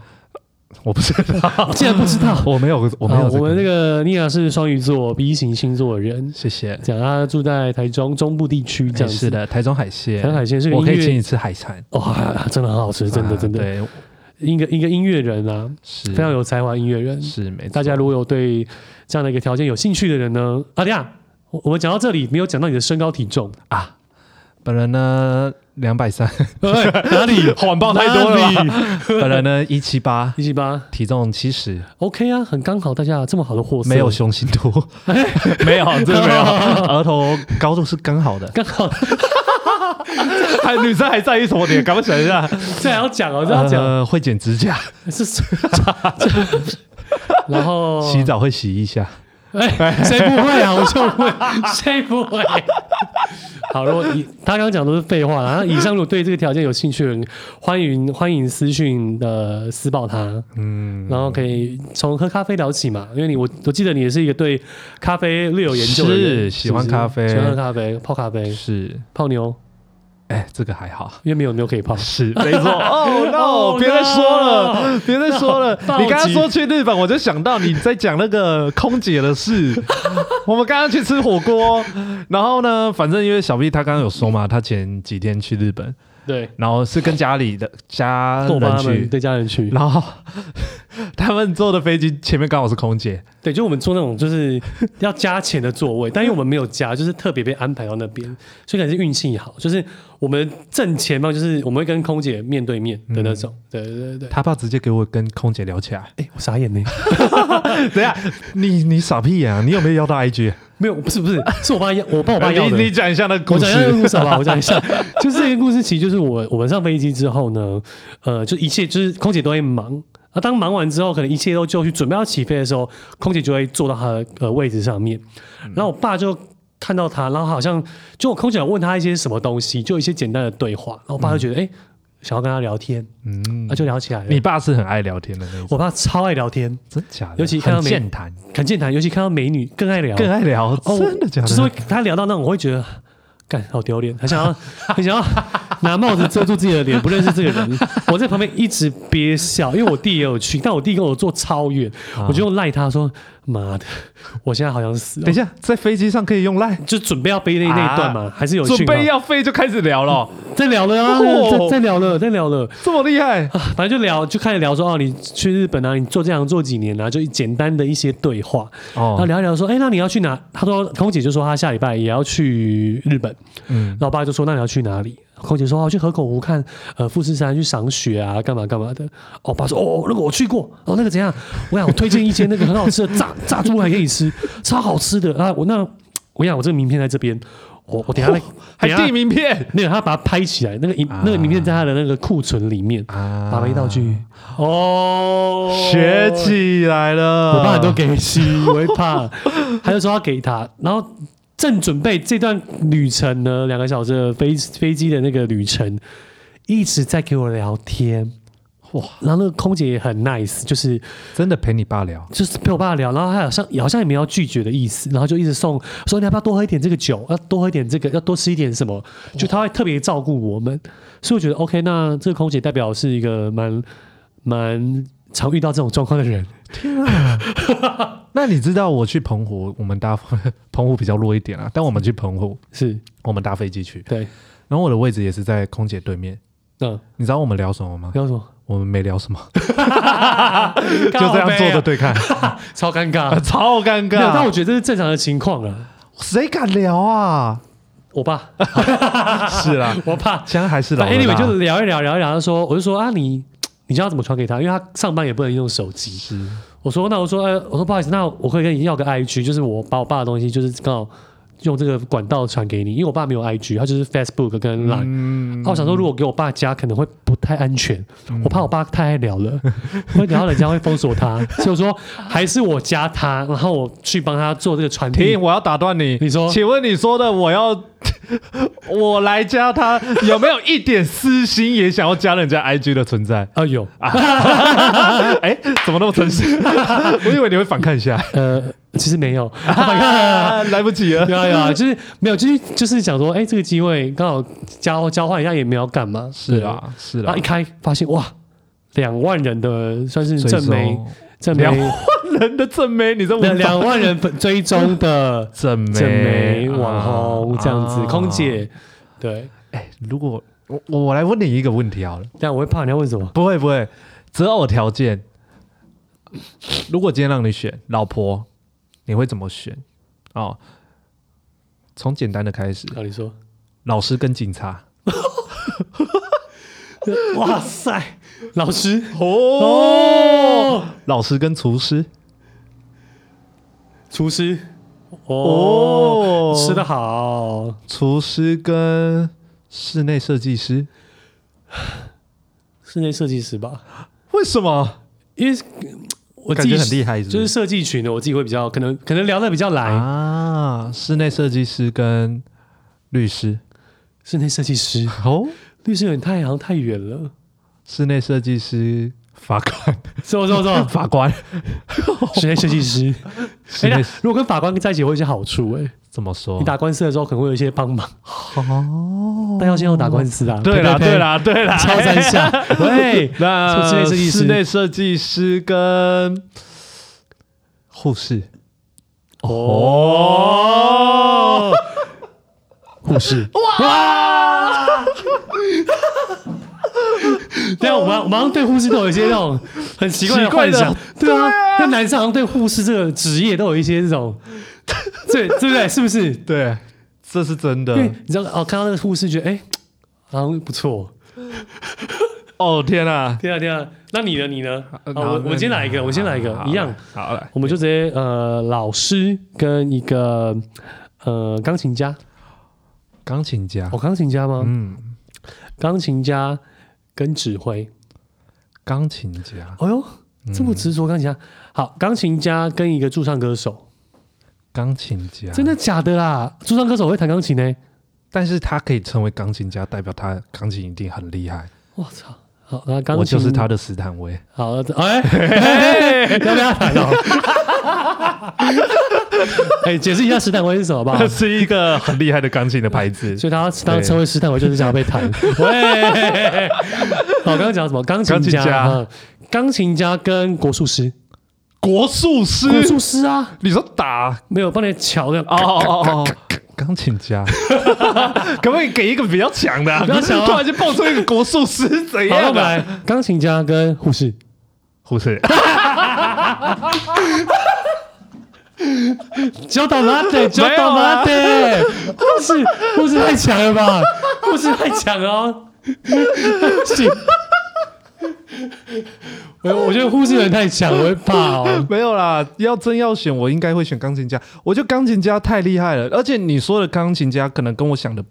Speaker 1: 我不知道，
Speaker 2: 竟然不知道。
Speaker 1: 我没有， *laughs* 我没有
Speaker 2: 啊
Speaker 1: 这个，
Speaker 2: 我们那个妮亚是双鱼座 B 型星座的人，
Speaker 1: 谢谢。
Speaker 2: 讲她住在台中中部地区这
Speaker 1: 哎
Speaker 2: 样
Speaker 1: 是
Speaker 2: 子。
Speaker 1: 的，台中海鲜，
Speaker 2: 台中海鲜是个
Speaker 1: 我可以
Speaker 2: 音乐
Speaker 1: 请你吃海产，
Speaker 2: 哇，真的很好吃，真的
Speaker 1: 啊
Speaker 2: 真的，
Speaker 1: 对，嗯
Speaker 2: 一个一个音乐人啊，
Speaker 1: 是
Speaker 2: 非常有才华的音乐人。
Speaker 1: 是没错
Speaker 2: 大家如果有对这样的一个条件有兴趣的人呢，啊，等一下我我们讲到这里没有讲到你的身高体重，
Speaker 1: 啊，本人呢两百 *laughs* 三，
Speaker 2: 哎哪里
Speaker 1: 谎 *laughs* 报吧？本人呢一七八，
Speaker 2: 一七八
Speaker 1: 体重七十，
Speaker 2: ，OK 啊，很刚好，大家这么好的货色，
Speaker 1: 没有雄性秃， *laughs* 没有，真的没有，额头高度是刚好的。
Speaker 2: 刚好。
Speaker 1: 还女生还在意什么点？赶快想一下，
Speaker 2: 这还要讲哦，这要讲、
Speaker 1: 呃会剪指甲，
Speaker 2: 是是。 *laughs* 然后
Speaker 1: 洗澡会洗一下。
Speaker 2: 哎，谁不会啊？我就问，谁不会？好，如果以他刚刚讲都是废话啦，然后以上如果对这个条件有兴趣的人，欢迎欢迎私讯的私报他，嗯，然后可以从喝咖啡聊起嘛，因为你我我记得你也是一个对咖啡略有研究的人，
Speaker 1: 是喜欢
Speaker 2: 不是
Speaker 1: 咖啡
Speaker 2: 喜欢喝咖啡，泡咖啡，
Speaker 1: 是，
Speaker 2: 泡妞，
Speaker 1: 哎，这个还好。
Speaker 2: 因为没有妞可以泡，
Speaker 1: 是，没错。 *laughs* 哦
Speaker 2: Oh,
Speaker 1: 别再说了
Speaker 2: no.
Speaker 1: 别再说了。
Speaker 2: 暴击
Speaker 1: 你刚刚说去日本，我就想到你在讲那个空姐的 *laughs* 事。我们刚刚去吃火锅，然后呢，反正因为小 B 他刚刚有说嘛，他前几天去日本，
Speaker 2: 对，
Speaker 1: 然后是跟家里的家
Speaker 2: 跟我妈
Speaker 1: 人
Speaker 2: 他们
Speaker 1: 去，
Speaker 2: 对家人去，
Speaker 1: 然后 *laughs* 他们坐的飞机前面刚好是空姐，
Speaker 2: 对，就我们坐那种就是要加钱的座位，但因为我们没有加，就是特别被安排到那边，所以可能是运气好，就是我们正前方就是我们会跟空姐面对面的
Speaker 1: 嗯
Speaker 2: 那种，对对对对，
Speaker 1: 他爸直接给我跟空姐聊起来。
Speaker 2: 哎、我傻眼呢，
Speaker 1: 等一下，你你傻屁眼啊！你有没有要到 IG？
Speaker 2: 没有，不是不是，是我爸要，我爸我爸要的。
Speaker 1: 哎你你讲一下那个
Speaker 2: 我
Speaker 1: 故
Speaker 2: 讲一下这个
Speaker 1: 事。
Speaker 2: 故事好吧，
Speaker 1: *laughs*
Speaker 2: 我讲一下，就是这个故事，其实就是我我们上飞机之后呢，呃，就一切就是空姐都会忙。啊，当忙完之后，可能一切都就绪，准备要起飞的时候，空姐就会坐到她的呃位置上面。
Speaker 1: 嗯
Speaker 2: 然后我爸就看到她，然后好像就我空姐有问她一些什么东西，就一些简单的对话。然后我爸就觉得，哎、想要跟她聊天，
Speaker 1: 嗯
Speaker 2: 啊，，就聊起来了。
Speaker 1: 你爸是很爱聊天的那种，
Speaker 2: 我爸超爱聊天，
Speaker 1: 真假的？
Speaker 2: 尤其看到
Speaker 1: 很
Speaker 2: 美
Speaker 1: 健谈，
Speaker 2: 很健谈，尤其看到美女更爱聊，
Speaker 1: 更爱聊，
Speaker 2: 哦，
Speaker 1: 真的假
Speaker 2: 就是 *laughs* 会
Speaker 1: 的？
Speaker 2: 他聊到那种，我会觉得，干好丢脸，很想要， *laughs* 很想要拿帽子遮住自己的脸，不认识这
Speaker 1: *laughs*
Speaker 2: 个人。我在旁边一直憋笑，因为我弟也有去，但我弟跟我坐超远，
Speaker 1: 啊
Speaker 2: 我就用赖他说：“妈的，我现在好想死、
Speaker 1: 等一
Speaker 2: 下，
Speaker 1: 下，在飞机上可以用赖，
Speaker 2: 就准备要背那那一段嘛，还是有
Speaker 1: 啊准
Speaker 2: 讯号
Speaker 1: 备要飞就开始聊
Speaker 2: *laughs*
Speaker 1: 了，
Speaker 2: 再聊了啊，
Speaker 1: 哦
Speaker 2: 再再聊了，再聊了。
Speaker 1: 这么厉害？
Speaker 2: 啊，反正就聊，就开始聊说哦，你去日本啊，你做这样做几年啊，就简单的一些对话。然后
Speaker 1: 哦，
Speaker 2: 聊一聊说，哎、那你要去哪？他说，空姐就说她下礼拜也要去日本，
Speaker 1: 嗯
Speaker 2: 嗯，然后我爸就说，那你要去哪里？空姐说，哦，去河口湖看呃富士山，去赏雪啊，干嘛干嘛的。哦，我爸说，哦，那个我去过，哦，那个怎样？我想我推荐一间那个很好吃的炸炸猪排给你吃，超好吃的啊！我那我想我这个名片在这边，我我等一下来，
Speaker 1: 哦还
Speaker 2: 等一下
Speaker 1: 递名片
Speaker 2: 没有，他把它拍起来，那个影、那个名片在他的那个库存里面，
Speaker 1: 啊
Speaker 2: 把没道具哦，
Speaker 1: 学起来了，
Speaker 2: 我爸很多给洗，我会怕。 *laughs* 他就说要给他，然后正准备这段旅程呢，两个小时的飞飞机的那个旅程，一直在给我聊天。
Speaker 1: 哇，
Speaker 2: 然后那个空姐也很 nice，就是
Speaker 1: 真的陪你爸聊，
Speaker 2: 就是陪我爸聊，然后他好像好像也没有要拒绝的意思，然后就一直送说你要不要多喝一点这个酒，要多喝一点这个，要多吃一点什么，就他会特别照顾我们，所以我觉得 OK，那这个空姐代表是一个蛮蛮常遇到这种状况的人，
Speaker 1: 那你知道我去澎湖，我们搭 *laughs* 澎湖比较弱一点啊，但我们去澎湖，
Speaker 2: 是
Speaker 1: 我们搭飞机去，
Speaker 2: 对，
Speaker 1: 然后我的位置也是在空姐对面。
Speaker 2: 嗯，
Speaker 1: 你知道我们聊什么吗？
Speaker 2: 聊什么？
Speaker 1: 我们没聊什么，
Speaker 2: 就
Speaker 1: *laughs* 就这样坐着，对看，
Speaker 2: 超尴尬。
Speaker 1: 呃超尴
Speaker 2: 没有但我
Speaker 1: 尬。
Speaker 2: 觉得这是正常的情况啊。
Speaker 1: 谁敢聊啊？
Speaker 2: 我爸，
Speaker 1: 是啦，
Speaker 2: 我爸，
Speaker 1: 现在还是老
Speaker 2: 反
Speaker 1: 了
Speaker 2: 正 anyway
Speaker 1: 啦
Speaker 2: 就聊一聊，聊一聊，他说，我就说啊，你你知道怎么传给他？因为他上班也不能用手机。
Speaker 1: 是
Speaker 2: 我说，那我说，呃，我说不好意思，那我可以跟你要个 IG，就是我把我爸的东西，就是刚好用这个管道传给你，因为我爸没有 IG，他就是 Facebook 跟 Line。
Speaker 1: 嗯，
Speaker 2: 啊我想说，如果给我爸加，可能会不太安全。我怕我爸太爱聊了，会聊到人家会封锁他，所以我说还是我加他，然后我去帮他做这个传递
Speaker 1: 停，。我要打断你。
Speaker 2: 你说
Speaker 1: 请问你说的我要 *laughs* 我来加他，有没有一点私心也想要加人家 IG 的存在？ *laughs*
Speaker 2: 啊，有，
Speaker 1: 哎，怎么那么诚实？ *laughs* 我以为你会反抗一下，
Speaker 2: 呃，其实没有，Oh
Speaker 1: 啊 *laughs* 来不及了
Speaker 2: 有。啊有啊，就是没有，就是就是想说，哎，这个机会刚好交交换一下，也没有干嘛。
Speaker 1: 是啊，是
Speaker 2: 对，然
Speaker 1: 啊
Speaker 2: 后一，开发现哇，两万人的算是正
Speaker 1: 追
Speaker 2: 媒
Speaker 1: 踪
Speaker 2: 正
Speaker 1: 两
Speaker 2: 媒
Speaker 1: 人的正妹，你这么
Speaker 2: 两两万人粉追
Speaker 1: *laughs*
Speaker 2: 踪的
Speaker 1: 正妹
Speaker 2: 正媒网红这样子，空。
Speaker 1: 啊
Speaker 2: 姐对。
Speaker 1: 哎，如果我我来问你一个问题好了，
Speaker 2: 但我会怕你要问什么？
Speaker 1: 不会不会，择偶条件，如果今天让你选老婆，你会怎么选？哦，从简单的开始，
Speaker 2: 啊，你说，
Speaker 1: 老师跟警察。
Speaker 2: 哇塞，老师
Speaker 1: 哦，
Speaker 2: 哦，
Speaker 1: 老师跟厨师。
Speaker 2: 厨师哦，
Speaker 1: 哦，
Speaker 2: 吃的好，
Speaker 1: 厨师跟室内设计师？
Speaker 2: 室内设计师吧，
Speaker 1: 为什么？
Speaker 2: 因为我自
Speaker 1: 感
Speaker 2: 己
Speaker 1: 觉很厉害是不
Speaker 2: 就是设计群的，我自己会比较可能可能聊得比较来。
Speaker 1: 啊，室内设计师跟律师
Speaker 2: 室内设计师，
Speaker 1: 哦，
Speaker 2: 律师有点太好像太远
Speaker 1: *laughs*
Speaker 2: 了。
Speaker 1: 室内设计师法官，
Speaker 2: 走走走，
Speaker 1: *laughs* 法官
Speaker 2: 室内设计师。
Speaker 1: 室
Speaker 2: 哎、
Speaker 1: 内
Speaker 2: 那如果跟法官在一起会有一些好处哎、
Speaker 1: 怎么说
Speaker 2: 你？打官司的时候可能会有一些帮忙。
Speaker 1: 哦，
Speaker 2: 但要先要打官司啊，
Speaker 1: 对啦，
Speaker 2: 呸呸呸
Speaker 1: 对，啦，哎对啦，
Speaker 2: 敲
Speaker 1: *laughs*
Speaker 2: 三下。喂，
Speaker 1: 那
Speaker 2: 室内设计师
Speaker 1: 室内设计师跟护士哦，
Speaker 2: 护士。
Speaker 1: 哇，
Speaker 2: 对啊，我们我们好像对护士都有一些那种很奇怪的
Speaker 1: 奇怪
Speaker 2: 幻
Speaker 1: 的
Speaker 2: 想，对啊
Speaker 1: 对啊，
Speaker 2: 那男生好像对护士这个职业都有一些这 *laughs* 种，对对不对？是不是？
Speaker 1: 对，这是真
Speaker 2: 因为
Speaker 1: 的。
Speaker 2: 你知道哦，看到那个护士，觉得哎，好像不错。
Speaker 1: 哦天啊，哦
Speaker 2: 天啊天啊，那你呢？你呢？好，
Speaker 1: 然后
Speaker 2: 我我先来一个，我先来一个，一样，
Speaker 1: 呃啊好好来，
Speaker 2: 我们就直接呃，老师跟一个呃钢琴家，
Speaker 1: 钢琴家
Speaker 2: 哦，，钢琴家吗？
Speaker 1: 嗯，
Speaker 2: 钢琴家跟指挥。
Speaker 1: 钢琴家，
Speaker 2: 哎呦，这么执着钢琴家。好，钢琴家跟一个驻唱歌手，
Speaker 1: 钢琴家，
Speaker 2: 真的假的啦？驻唱歌手会弹钢琴呢？
Speaker 1: 但是他可以成为钢琴家，代表他钢琴一定很厉害。
Speaker 2: 我操！好，那钢琴
Speaker 1: 我就是他。的斯坦威，
Speaker 2: 好，哎，哎要不要弹哦？哎，解释一下史坦威是什么吧
Speaker 1: 他？ *laughs* 是一个很厉害的钢琴的牌 *laughs* 子。
Speaker 2: 所以他当成为史坦威就是想要被弹。喂，好，刚刚讲什么？钢琴
Speaker 1: 钢琴家
Speaker 2: 家，嗯钢琴家跟国术师，
Speaker 1: 国术师，
Speaker 2: 国术师啊，
Speaker 1: 你说打
Speaker 2: 没有帮你瞧的
Speaker 1: 哦哦哦哦，钢琴家， *laughs* 可不可以给一个比较强的、啊？
Speaker 2: 不要强啊
Speaker 1: 突然间蹦出一个国术师，怎
Speaker 2: 好，那我
Speaker 1: 样
Speaker 2: 们
Speaker 1: 啊？
Speaker 2: 来钢琴家跟护士。
Speaker 1: 护
Speaker 2: *laughs*
Speaker 1: 士，
Speaker 2: 教导拉 *laughs* 的，教导拉的，护士护士太强了吧？护士太强了哦， *laughs* 行。我我觉得护士人太强，我会怕哦。
Speaker 1: 没有啦，要真要选，我应该会选钢琴家。我觉得钢琴家太厉害了，而且你说的钢琴家可能跟我想的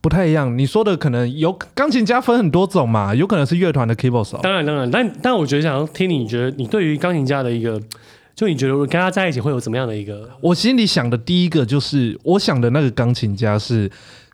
Speaker 1: 不太一样。你说的可能有钢琴家分很多种嘛，有可能是乐团的 keyboard 手。
Speaker 2: 当然当然，但但我觉得想要听你觉得你对于钢琴家的一个，就你觉得我跟他在一起会有怎么样的一个？
Speaker 1: 我心里想的第一个就是，我想的那个钢琴家是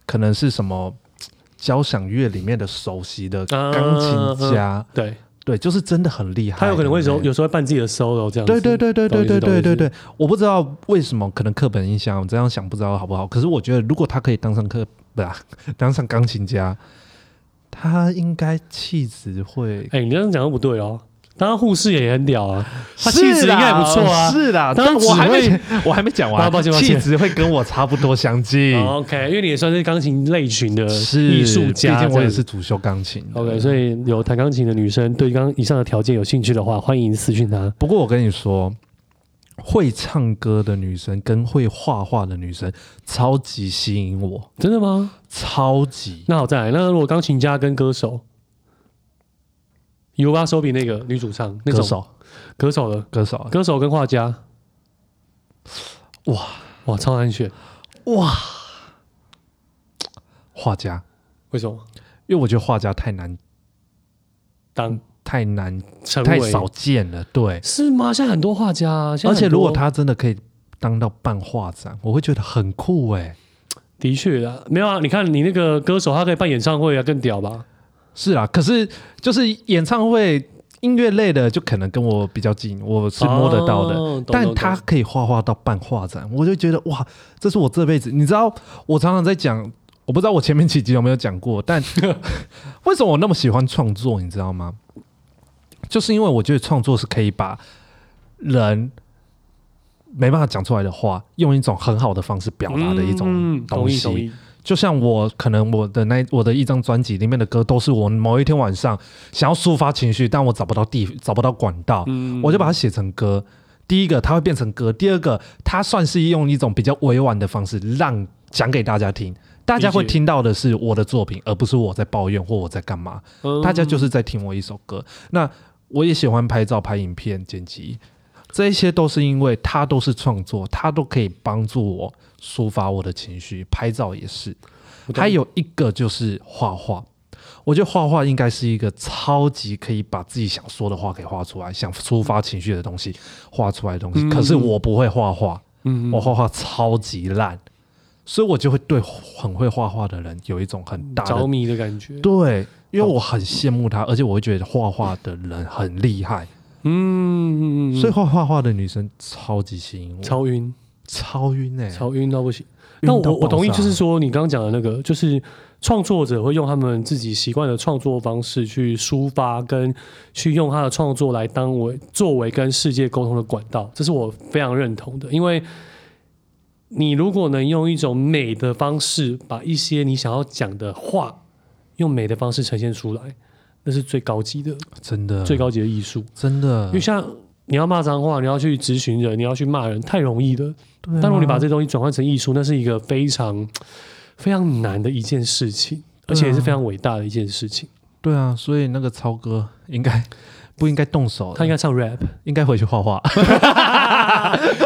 Speaker 1: 可能是什么嘖交响乐里面的首席的
Speaker 2: 啊
Speaker 1: 钢琴家，
Speaker 2: 对
Speaker 1: 对，就是真的很厉害。
Speaker 2: 他有可能会有
Speaker 1: 对
Speaker 2: 有时候会办自己的 solo 这样子。
Speaker 1: 对对对对对对
Speaker 2: 懂意
Speaker 1: 对
Speaker 2: 思
Speaker 1: 对对，我不知道为什么，可能课本影响，我这样想不知道好不好。可是我觉得，如果他可以当上课不啊，当上钢琴家，他应该气质会
Speaker 2: 哎、你这样讲都不对哦。当然护士也很屌啊，他气质应该也不错啊。
Speaker 1: 是啦，但
Speaker 2: 当然
Speaker 1: 我还
Speaker 2: 只
Speaker 1: 没
Speaker 2: 会
Speaker 1: 我还没讲完
Speaker 2: 啊， *laughs* 抱歉抱
Speaker 1: 气
Speaker 2: 歉
Speaker 1: 质会跟我差不多相近。
Speaker 2: 哦 OK，因为你也算是钢琴类群的
Speaker 1: 嗯是
Speaker 2: 艺术家，
Speaker 1: 毕竟我也
Speaker 2: 这样
Speaker 1: 是主修钢琴的。
Speaker 2: OK。所以有弹钢琴的女生，对刚刚以上的条件有兴趣的话，欢迎私讯她。
Speaker 1: 不过我跟你说，会唱歌的女生跟会画画的女生超级吸引我，
Speaker 2: 真的吗？
Speaker 1: 超级。
Speaker 2: 那好，再来。那如果钢琴家跟歌手，尤巴手比那个女主唱那
Speaker 1: 歌
Speaker 2: 种
Speaker 1: 手，
Speaker 2: 歌手的
Speaker 1: 歌手，
Speaker 2: 歌手跟画家，
Speaker 1: 哇
Speaker 2: 哇，超难选。
Speaker 1: 哇，画家，
Speaker 2: 为什么？
Speaker 1: 因为我觉得画家太难，
Speaker 2: 当
Speaker 1: 太难，
Speaker 2: 成为
Speaker 1: 太少见了。对，
Speaker 2: 是吗？现在很多画家啊，现在
Speaker 1: 而且
Speaker 2: 很
Speaker 1: 如
Speaker 2: 多
Speaker 1: 果他真的可以当到办画展，我会觉得很酷哎、
Speaker 2: 的确啊，没有啊，你看你那个歌手，他可以办演唱会啊，更屌吧？
Speaker 1: 是啊，可是就是演唱会音乐类的，就可能跟我比较近，我是摸得到的。
Speaker 2: 哦懂
Speaker 1: 但
Speaker 2: 懂
Speaker 1: 他
Speaker 2: 懂
Speaker 1: 可以画画到办画展，我就觉得哇，这是我这辈子。你知道，我常常在讲，我不知道我前面几集有没有讲过，
Speaker 2: *laughs*
Speaker 1: 但为什么我那么喜欢创作，你知道吗？就是因为我觉得创作是可以把人没办法讲出来的话，用一种很好的方式表达的一种
Speaker 2: 嗯
Speaker 1: 东
Speaker 2: 同意
Speaker 1: 西。
Speaker 2: 同意
Speaker 1: 就像我可能我的那我的一张专辑里面的歌，都是我某一天晚上想要抒发情绪，但我找不到地，找不到管道，
Speaker 2: 嗯
Speaker 1: 我就把它写成歌。第一个，它会变成歌；第二个，它算是用一种比较委婉的方式让讲给大家听。大家会
Speaker 2: 理解
Speaker 1: 听到的是我的作品，而不是我在抱怨或我在干嘛。
Speaker 2: 嗯
Speaker 1: 大家就是在听我一首歌。那我也喜欢拍照、拍影片、剪辑，这一些都是因为它都是创作，它都可以帮助我抒发我的情绪。拍照也是，
Speaker 2: 懂
Speaker 1: 还有一个就是画画，我觉得画画应该是一个超级可以把自己想说的话给画出来，想抒发情绪的东西画出来的东西。
Speaker 2: 嗯
Speaker 1: 可是我不会画画，
Speaker 2: 嗯
Speaker 1: 我画画超级烂，所以我就会对很会画画的人有一种很大
Speaker 2: 着
Speaker 1: 的
Speaker 2: 迷的感觉，
Speaker 1: 对，因为我很羡慕他，而且我会觉得画画的人很厉害，
Speaker 2: 嗯，
Speaker 1: 所以画画画的女生超级吸引我，超
Speaker 2: 超晕，
Speaker 1: 超晕哎、
Speaker 2: 超晕到不行。
Speaker 1: 晕
Speaker 2: 那
Speaker 1: 到
Speaker 2: 我我
Speaker 1: 爆
Speaker 2: 同意，
Speaker 1: 炸
Speaker 2: 就是说你刚刚讲的那个，就是创作者会用他们自己习惯的创作方式去抒发，跟去用他的创作来当为作为跟世界沟通的管道，这是我非常认同的。因为你如果能用一种美的方式，把一些你想要讲的话，用美的方式呈现出来，那是最高级的、
Speaker 1: 真的
Speaker 2: 最高级的艺术。
Speaker 1: 真的
Speaker 2: 因为，像你要骂脏话，你要去咨询人，你要去骂人，太容易了。
Speaker 1: 对啊
Speaker 2: 但如果你把这东西转换成艺术，那是一个非常非常难的一件事情，而且也是非常伟大的一件事情。
Speaker 1: 对啊，所以那个超哥应该不应该动手的？
Speaker 2: 他应该唱 rap，
Speaker 1: 应该回去画
Speaker 2: *laughs*
Speaker 1: 画。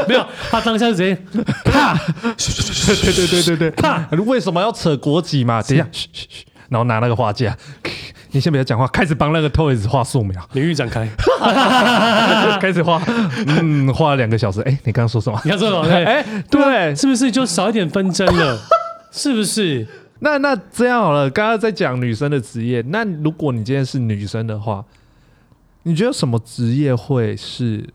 Speaker 2: 没有，他当下就直接 *laughs*
Speaker 1: 对对对对 *laughs* 对，为什么要扯国籍嘛？等一下，嘘嘘嘘，然后拿那个画架， *laughs* 你先不要讲话，开始帮那个 Toys 画素
Speaker 2: *laughs*
Speaker 1: 描，
Speaker 2: 领域展开。
Speaker 1: 开始画，嗯，画了两个小时。哎，你刚刚说什么？
Speaker 2: 你看这种， *laughs*
Speaker 1: *laughs*
Speaker 2: 哎，
Speaker 1: 哎，对，
Speaker 2: 是不是就少一点纷争了？ *laughs* 是不是？
Speaker 1: 那那这样好了，刚刚在讲女生的职业，那如果你今天是女生的话，你觉得什么职业会是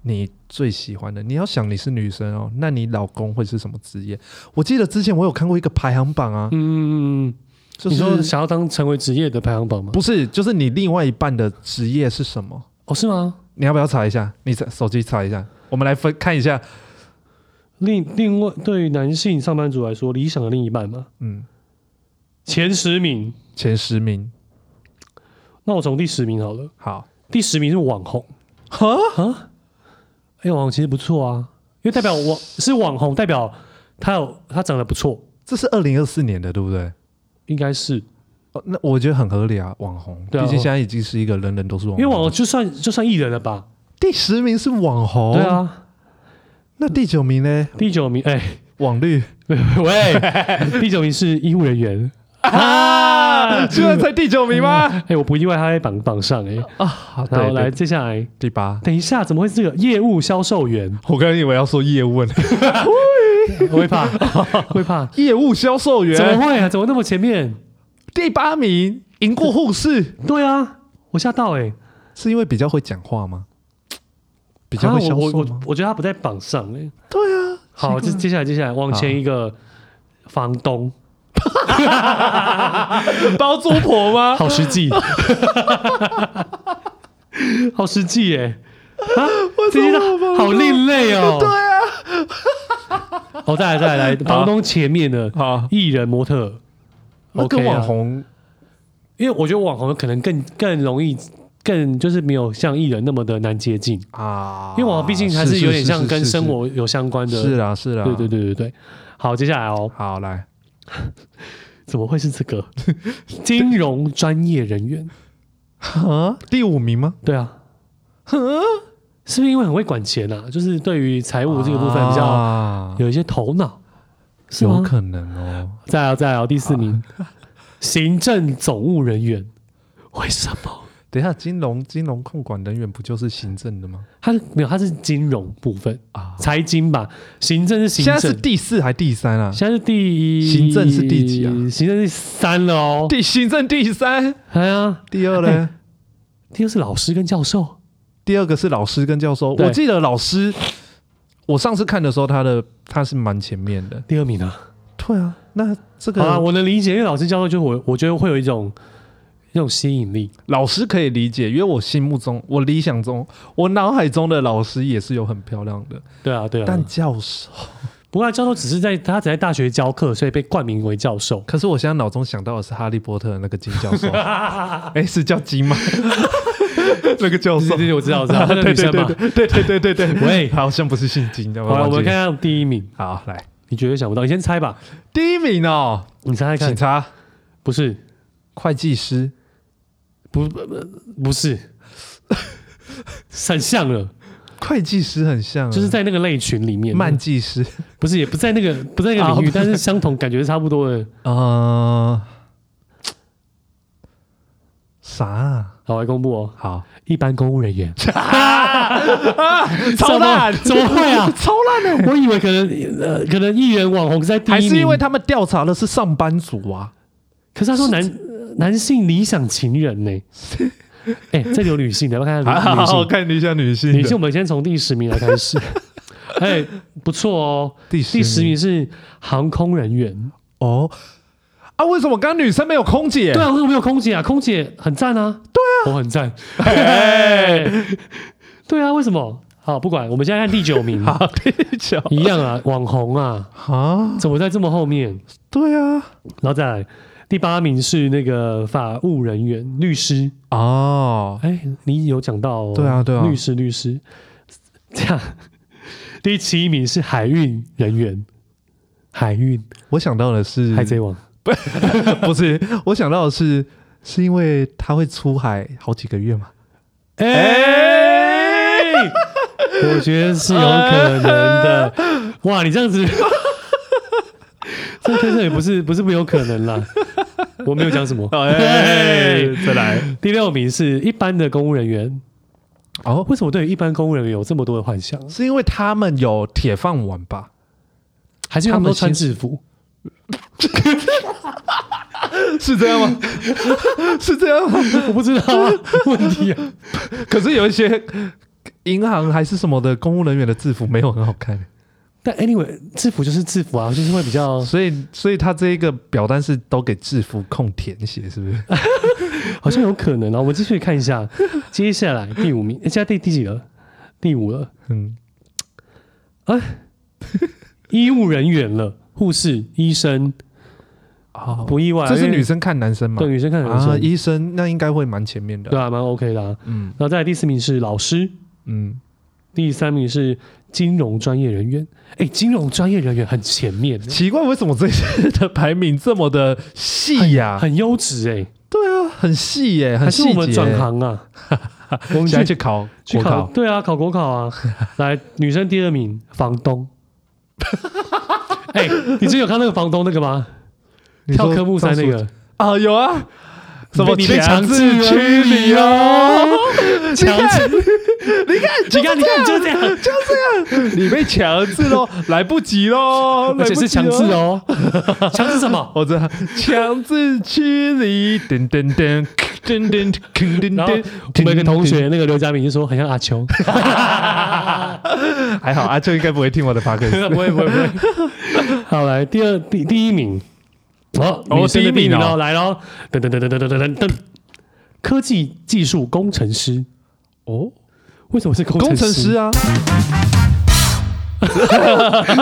Speaker 1: 你最喜欢的？你要想你是女生哦，那你老公会是什么职业？我记得之前我有看过一个排行榜啊，
Speaker 2: 嗯，
Speaker 1: 就
Speaker 2: 你说
Speaker 1: 是
Speaker 2: 想要当成为职业的排行榜吗？
Speaker 1: 不是就是你另外一半的职业是什么？
Speaker 2: 哦，是吗？
Speaker 1: 你要不要查一下？你查手机查一下，我们来分看一下。
Speaker 2: 另另外，对于男性上班族来说，理想的另一半嘛，
Speaker 1: 嗯，
Speaker 2: 前十名。
Speaker 1: 前十名，
Speaker 2: 那我从第十名好了，
Speaker 1: 好，
Speaker 2: 第十名是网红。啊
Speaker 1: 哈，
Speaker 2: 哎、网红其实不错啊，因为代表网是网红，代表他有他长得不错，
Speaker 1: 这是二零二四年的，对不对？
Speaker 2: 应该是
Speaker 1: 哦，那我觉得很合理啊，网红，
Speaker 2: 对啊
Speaker 1: 毕竟现在已经是一个人人都是网
Speaker 2: 因
Speaker 1: 红。
Speaker 2: 为网红就算就算艺人了吧？
Speaker 1: 第十名是网红，
Speaker 2: 对，啊，
Speaker 1: 那第九名呢？
Speaker 2: 第九名哎、
Speaker 1: 网绿
Speaker 2: 喂，第九名是医务人员，
Speaker 1: 啊，居然才第九名吗？
Speaker 2: *laughs* 哎、我不意外他在榜榜上哎、
Speaker 1: *laughs* 啊，好，
Speaker 2: 然
Speaker 1: 对
Speaker 2: 后来
Speaker 1: 对，
Speaker 2: 接下来，
Speaker 1: 第八。
Speaker 2: 等一下怎么会是这个业务销售员？
Speaker 1: 我刚刚以为要说业务呢，
Speaker 2: 我 *laughs* 会怕，会怕，
Speaker 1: *laughs* 业务销售
Speaker 2: 怎么
Speaker 1: 员
Speaker 2: 会啊？怎么那么前面？
Speaker 1: 第八名，赢过护士，
Speaker 2: 对啊，我吓到哎、
Speaker 1: 是因为比较会讲话吗？比较会
Speaker 2: 啊
Speaker 1: 销
Speaker 2: 我我
Speaker 1: 售
Speaker 2: 我
Speaker 1: 吗？
Speaker 2: 我觉得他不在榜上哎、
Speaker 1: 对啊，
Speaker 2: 好，
Speaker 1: 奇
Speaker 2: 接
Speaker 1: 怪
Speaker 2: 接下来接下来往前一个
Speaker 1: 啊
Speaker 2: 房东，
Speaker 1: 包租婆吗？
Speaker 2: 好实际，好实际耶！啊，这些都好另类哦。对啊，
Speaker 1: 啊
Speaker 2: 好，再来再来，房东前面的
Speaker 1: *laughs* 好，
Speaker 2: 艺人模特，
Speaker 1: 那
Speaker 2: OK 啊
Speaker 1: 跟网红
Speaker 2: 因为我觉得网红可能更更容易，更就是没有像艺人那么的难接近，
Speaker 1: 啊，
Speaker 2: 因为网红毕竟还是有点像跟生
Speaker 1: 是
Speaker 2: 活有相关的。
Speaker 1: 是是啊是是啦是啦，
Speaker 2: 对对对对对。好，接下来哦，
Speaker 1: 好来，
Speaker 2: 怎么会是这个 *laughs* 金融专业人员？
Speaker 1: 啊，第五名吗？
Speaker 2: 对啊，是不是因为很会管钱啊？就是对于财务这个部分比较
Speaker 1: 啊
Speaker 2: 有一些头脑，是
Speaker 1: 有
Speaker 2: 吗？
Speaker 1: 可能啊哦。
Speaker 2: 再来再来，第四名， *laughs* 行政总务人员，为什么？
Speaker 1: 等一下，金融金融控管人员不就是行政的吗？
Speaker 2: 他是没有，他是金融部分
Speaker 1: 啊，
Speaker 2: 财经吧，行政是行
Speaker 1: 现在
Speaker 2: 政，
Speaker 1: 是第四还第三啊？
Speaker 2: 现在是第
Speaker 1: 行政是第几啊
Speaker 2: 行政是三了哦。
Speaker 1: 第行政第三，
Speaker 2: 哎呀，
Speaker 1: 第二嘞？
Speaker 2: 第二是老师跟教授，
Speaker 1: *laughs* 第二个是老师跟教授。
Speaker 2: 对
Speaker 1: 我记得老师，我上次看的时候，他的他是蛮前面的。
Speaker 2: 第二名啊。
Speaker 1: 对啊，那这
Speaker 2: 好啦，
Speaker 1: 个
Speaker 2: 我能理解，因为老师教授就我我觉得会有一种一种吸引力。
Speaker 1: 老师可以理解，因为我心目中、我理想中、我脑海中的老师也是有很漂亮的，
Speaker 2: 对啊，对啊。
Speaker 1: 但教授。
Speaker 2: 不过教授只是在他只在大学教课，所以被冠名为教授。
Speaker 1: 可是我现在脑中想到的是哈利波特的那个金教
Speaker 2: *laughs*
Speaker 1: 授，哎、是叫金吗？那个教授
Speaker 2: 对，对，我知道，我知道，那
Speaker 1: *laughs*
Speaker 2: 个
Speaker 1: 对
Speaker 2: 女
Speaker 1: 对
Speaker 2: 生嘛。
Speaker 1: 对对对对对对对，
Speaker 2: *laughs* 喂
Speaker 1: 好像不是姓金的，
Speaker 2: 好了，
Speaker 1: 忘
Speaker 2: 我
Speaker 1: 记
Speaker 2: 们
Speaker 1: 了
Speaker 2: 看一下第一名，
Speaker 1: 好来
Speaker 2: 你绝对想不到，你先猜吧，
Speaker 1: 第一名哦，
Speaker 2: 你猜猜
Speaker 1: 警
Speaker 2: 看，
Speaker 1: 察、
Speaker 2: 不是，
Speaker 1: 会计师、
Speaker 2: 不，不不是，很像了，
Speaker 1: 会计师很像啊，
Speaker 2: 就是在那个类群里面，
Speaker 1: 慢技
Speaker 2: *laughs*
Speaker 1: 师
Speaker 2: 不是也不在那个不在那个领域，
Speaker 1: 啊
Speaker 2: 但是相同感觉是差不多的。
Speaker 1: 啊、呃啥啊？
Speaker 2: 好，我来公布哦，
Speaker 1: 好，
Speaker 2: 一般公务人 *laughs* 员， *laughs*
Speaker 1: 超烂，？
Speaker 2: 怎么会啊
Speaker 1: *laughs* 超烂的、
Speaker 2: 我以为可能呃，可能艺人网红在第一
Speaker 1: 还
Speaker 2: 名，
Speaker 1: 是因为他们调查的是上班族啊？
Speaker 2: 可是他说男男性理想情人呢、哎、这里有女性的，我看看女女性。
Speaker 1: 看一下女性的
Speaker 2: 女性，我们先从第十名来开始。哎、不错哦，
Speaker 1: 第
Speaker 2: 第十名是航空人员。
Speaker 1: 哦啊？为什么刚刚女生没有空姐？ *laughs*
Speaker 2: 对啊，为什么没有空姐啊？空姐很赞啊。对啊，我很赞。 *laughs* 对啊，为什么？好，不管，我们现在看第九名，
Speaker 1: 好，第九
Speaker 2: 一样啊，网红啊，
Speaker 1: *laughs* 啊，
Speaker 2: 怎么在这么后面？
Speaker 1: 对啊，
Speaker 2: 然后再来第八名是那个法务人员，律师。
Speaker 1: 哦，
Speaker 2: 哎，你有讲到、哦？
Speaker 1: 对啊对啊
Speaker 2: 律师律师， *laughs* 这样。第七名是海运人员，海运
Speaker 1: 我想到的是
Speaker 2: 海贼王。
Speaker 1: *laughs* 不是，我想到的是，是因为他会出海好几个月嘛？哎、
Speaker 2: 哎、我觉得是有可能的。哇，你这样子， *laughs* 这推测也不是不是没有可能啦。我没有讲什么。
Speaker 1: 哦
Speaker 2: 哎 *laughs*
Speaker 1: 再来
Speaker 2: 第六名是一般的公务人员，
Speaker 1: 哦，
Speaker 2: 为什么对于一般公务人员有这么多的幻想？
Speaker 1: 是因为他们有铁饭碗吧？
Speaker 2: 还是因为他们都穿制服？
Speaker 1: *laughs* 是这样吗？ *laughs* 是这样吗？
Speaker 2: *laughs* 我不知道 *laughs* 啊，问题啊。
Speaker 1: 可是有一些银行还是什么的公务人员的制服没有很好看，
Speaker 2: 但 anyway，制服就是制服啊，就是会比 *laughs* 较
Speaker 1: 所以所以他这一个表单是都给制服控填写，是不是？ *laughs*
Speaker 2: 好像有可能啊。我们继续看一 *laughs* 下，接下来第五名，诶现在第第几了？第五了，
Speaker 1: 嗯，
Speaker 2: 医务人员了，护士、医生，
Speaker 1: 哦，
Speaker 2: 不意外啊，
Speaker 1: 这是
Speaker 2: 因为
Speaker 1: 女生看男生嘛？
Speaker 2: 对女生看男生，
Speaker 1: 啊，医生那应该会蛮前面的。
Speaker 2: 对啊，蛮 OK 的、啊。
Speaker 1: 嗯
Speaker 2: 然后再来第四名是老师，
Speaker 1: 嗯，
Speaker 2: 第三名是金融专业人员。哎，金融专业人员很前面，
Speaker 1: 奇怪，为什么这次的排名这么的细呀、
Speaker 2: 很优质哎，
Speaker 1: 对啊，很细耶、
Speaker 2: 还
Speaker 1: 很
Speaker 2: 是
Speaker 1: 细
Speaker 2: 我们
Speaker 1: 节。
Speaker 2: 转行 *laughs* 啊？我们
Speaker 1: 现在去
Speaker 2: 去
Speaker 1: 考
Speaker 2: 去
Speaker 1: 国
Speaker 2: 考，
Speaker 1: 考，
Speaker 2: 对啊，考国考 *laughs* 啊。来，女生第二名，房 *laughs* 东。哎、你之前有看那个房东那个吗？
Speaker 1: 你
Speaker 2: 跳
Speaker 1: 说
Speaker 2: 科目三那
Speaker 1: 张
Speaker 2: 个，
Speaker 1: 淑啊，有啊，什么
Speaker 2: 你被强
Speaker 1: 制
Speaker 2: 制
Speaker 1: 驱
Speaker 2: 驱
Speaker 1: 离
Speaker 2: 离
Speaker 1: 哦
Speaker 2: 哦， *laughs* 强制， *laughs* 你看，你看，你看，就这样，
Speaker 1: *laughs* 你被强制喽，来不及喽，
Speaker 2: *laughs* 而且是强制
Speaker 1: 哦。
Speaker 2: 哦， *laughs* 强制什 *laughs* 么？
Speaker 1: 我知道，强制驱离，噔噔噔，噔噔噔噔
Speaker 2: 然后
Speaker 1: 噔。
Speaker 2: 我们有个同学，那个刘佳明就说很像阿秋，
Speaker 1: *laughs* 还好，阿秋应该 *laughs* 不会听我的 p o d c a
Speaker 2: *laughs* 不会不会不会。 *laughs* 好，来第二第第一名，哦，
Speaker 1: 哦
Speaker 2: 女生的
Speaker 1: 第一名哦
Speaker 2: 喽，来喽，噔噔噔噔噔噔噔噔，科技技术工程师，
Speaker 1: 哦，
Speaker 2: 为什么是工
Speaker 1: 工程
Speaker 2: 程
Speaker 1: 师
Speaker 2: 师？
Speaker 1: 啊，
Speaker 2: *laughs*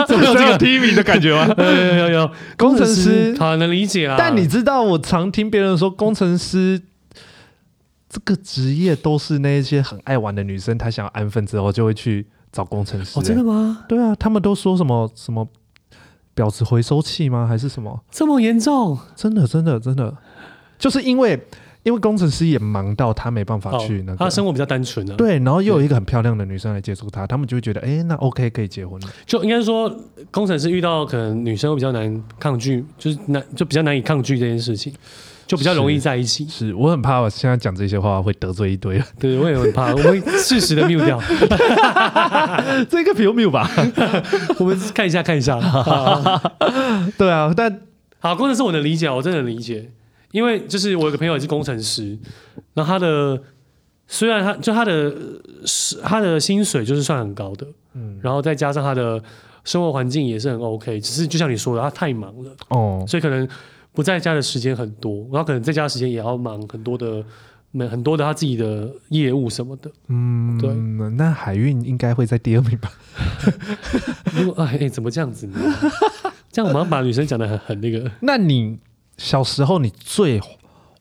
Speaker 2: 怎么有这个？
Speaker 1: 提名的感觉吗？
Speaker 2: *laughs* 有有有有，
Speaker 1: 啊工程师
Speaker 2: 好能理解啊。
Speaker 1: 但你知道，我常听别人说，工程师这个职业都是那一些很爱玩的女生，她想要安分之后就会去找工程师、
Speaker 2: 哦，真的吗？
Speaker 1: 对啊，他们都说什么什么婊子回收器吗？还是什么？
Speaker 2: 这么严重？
Speaker 1: 真的，真的，真的，就是因为因为工程师也忙到他没办法去那
Speaker 2: 哦
Speaker 1: 个。
Speaker 2: 他生活比较单纯啊。，
Speaker 1: 对，然后又有一个很漂亮的女生来接触他，他们就会觉得，哎、那 OK 可以结婚了。
Speaker 2: 就应该说，工程师遇到可能女生会比较难抗拒，就是难就比较难以抗拒这件事情，就比较容易在一起。
Speaker 1: 是我很怕我现在讲这些话会得罪一堆人。
Speaker 2: 对，我也很怕，我会适时的 mute 掉。
Speaker 1: *laughs* 这个 view 吧？
Speaker 2: 我们看一下看一下。 *laughs* 好，
Speaker 1: *laughs* 对啊，但
Speaker 2: 好工程师我能理解，我真的能理解，因为就是我有个朋友也是工程师，然后他的虽然他就他的是他的薪水就是算很高的，
Speaker 1: 嗯，
Speaker 2: 然后再加上他的生活环境也是很 OK，只是就像你说的，他太忙了。
Speaker 1: 哦，
Speaker 2: 所以可能不在家的时间很多，然后可能在家的时间也要忙很多的，没很多的他自己的业务什么的。
Speaker 1: 嗯，
Speaker 2: 对
Speaker 1: 那海运应该会在第二名吧？
Speaker 2: 如果哎、哎怎么这样子呢？这样我们要把女生讲的很很那个，
Speaker 1: *laughs* 那你小时候你最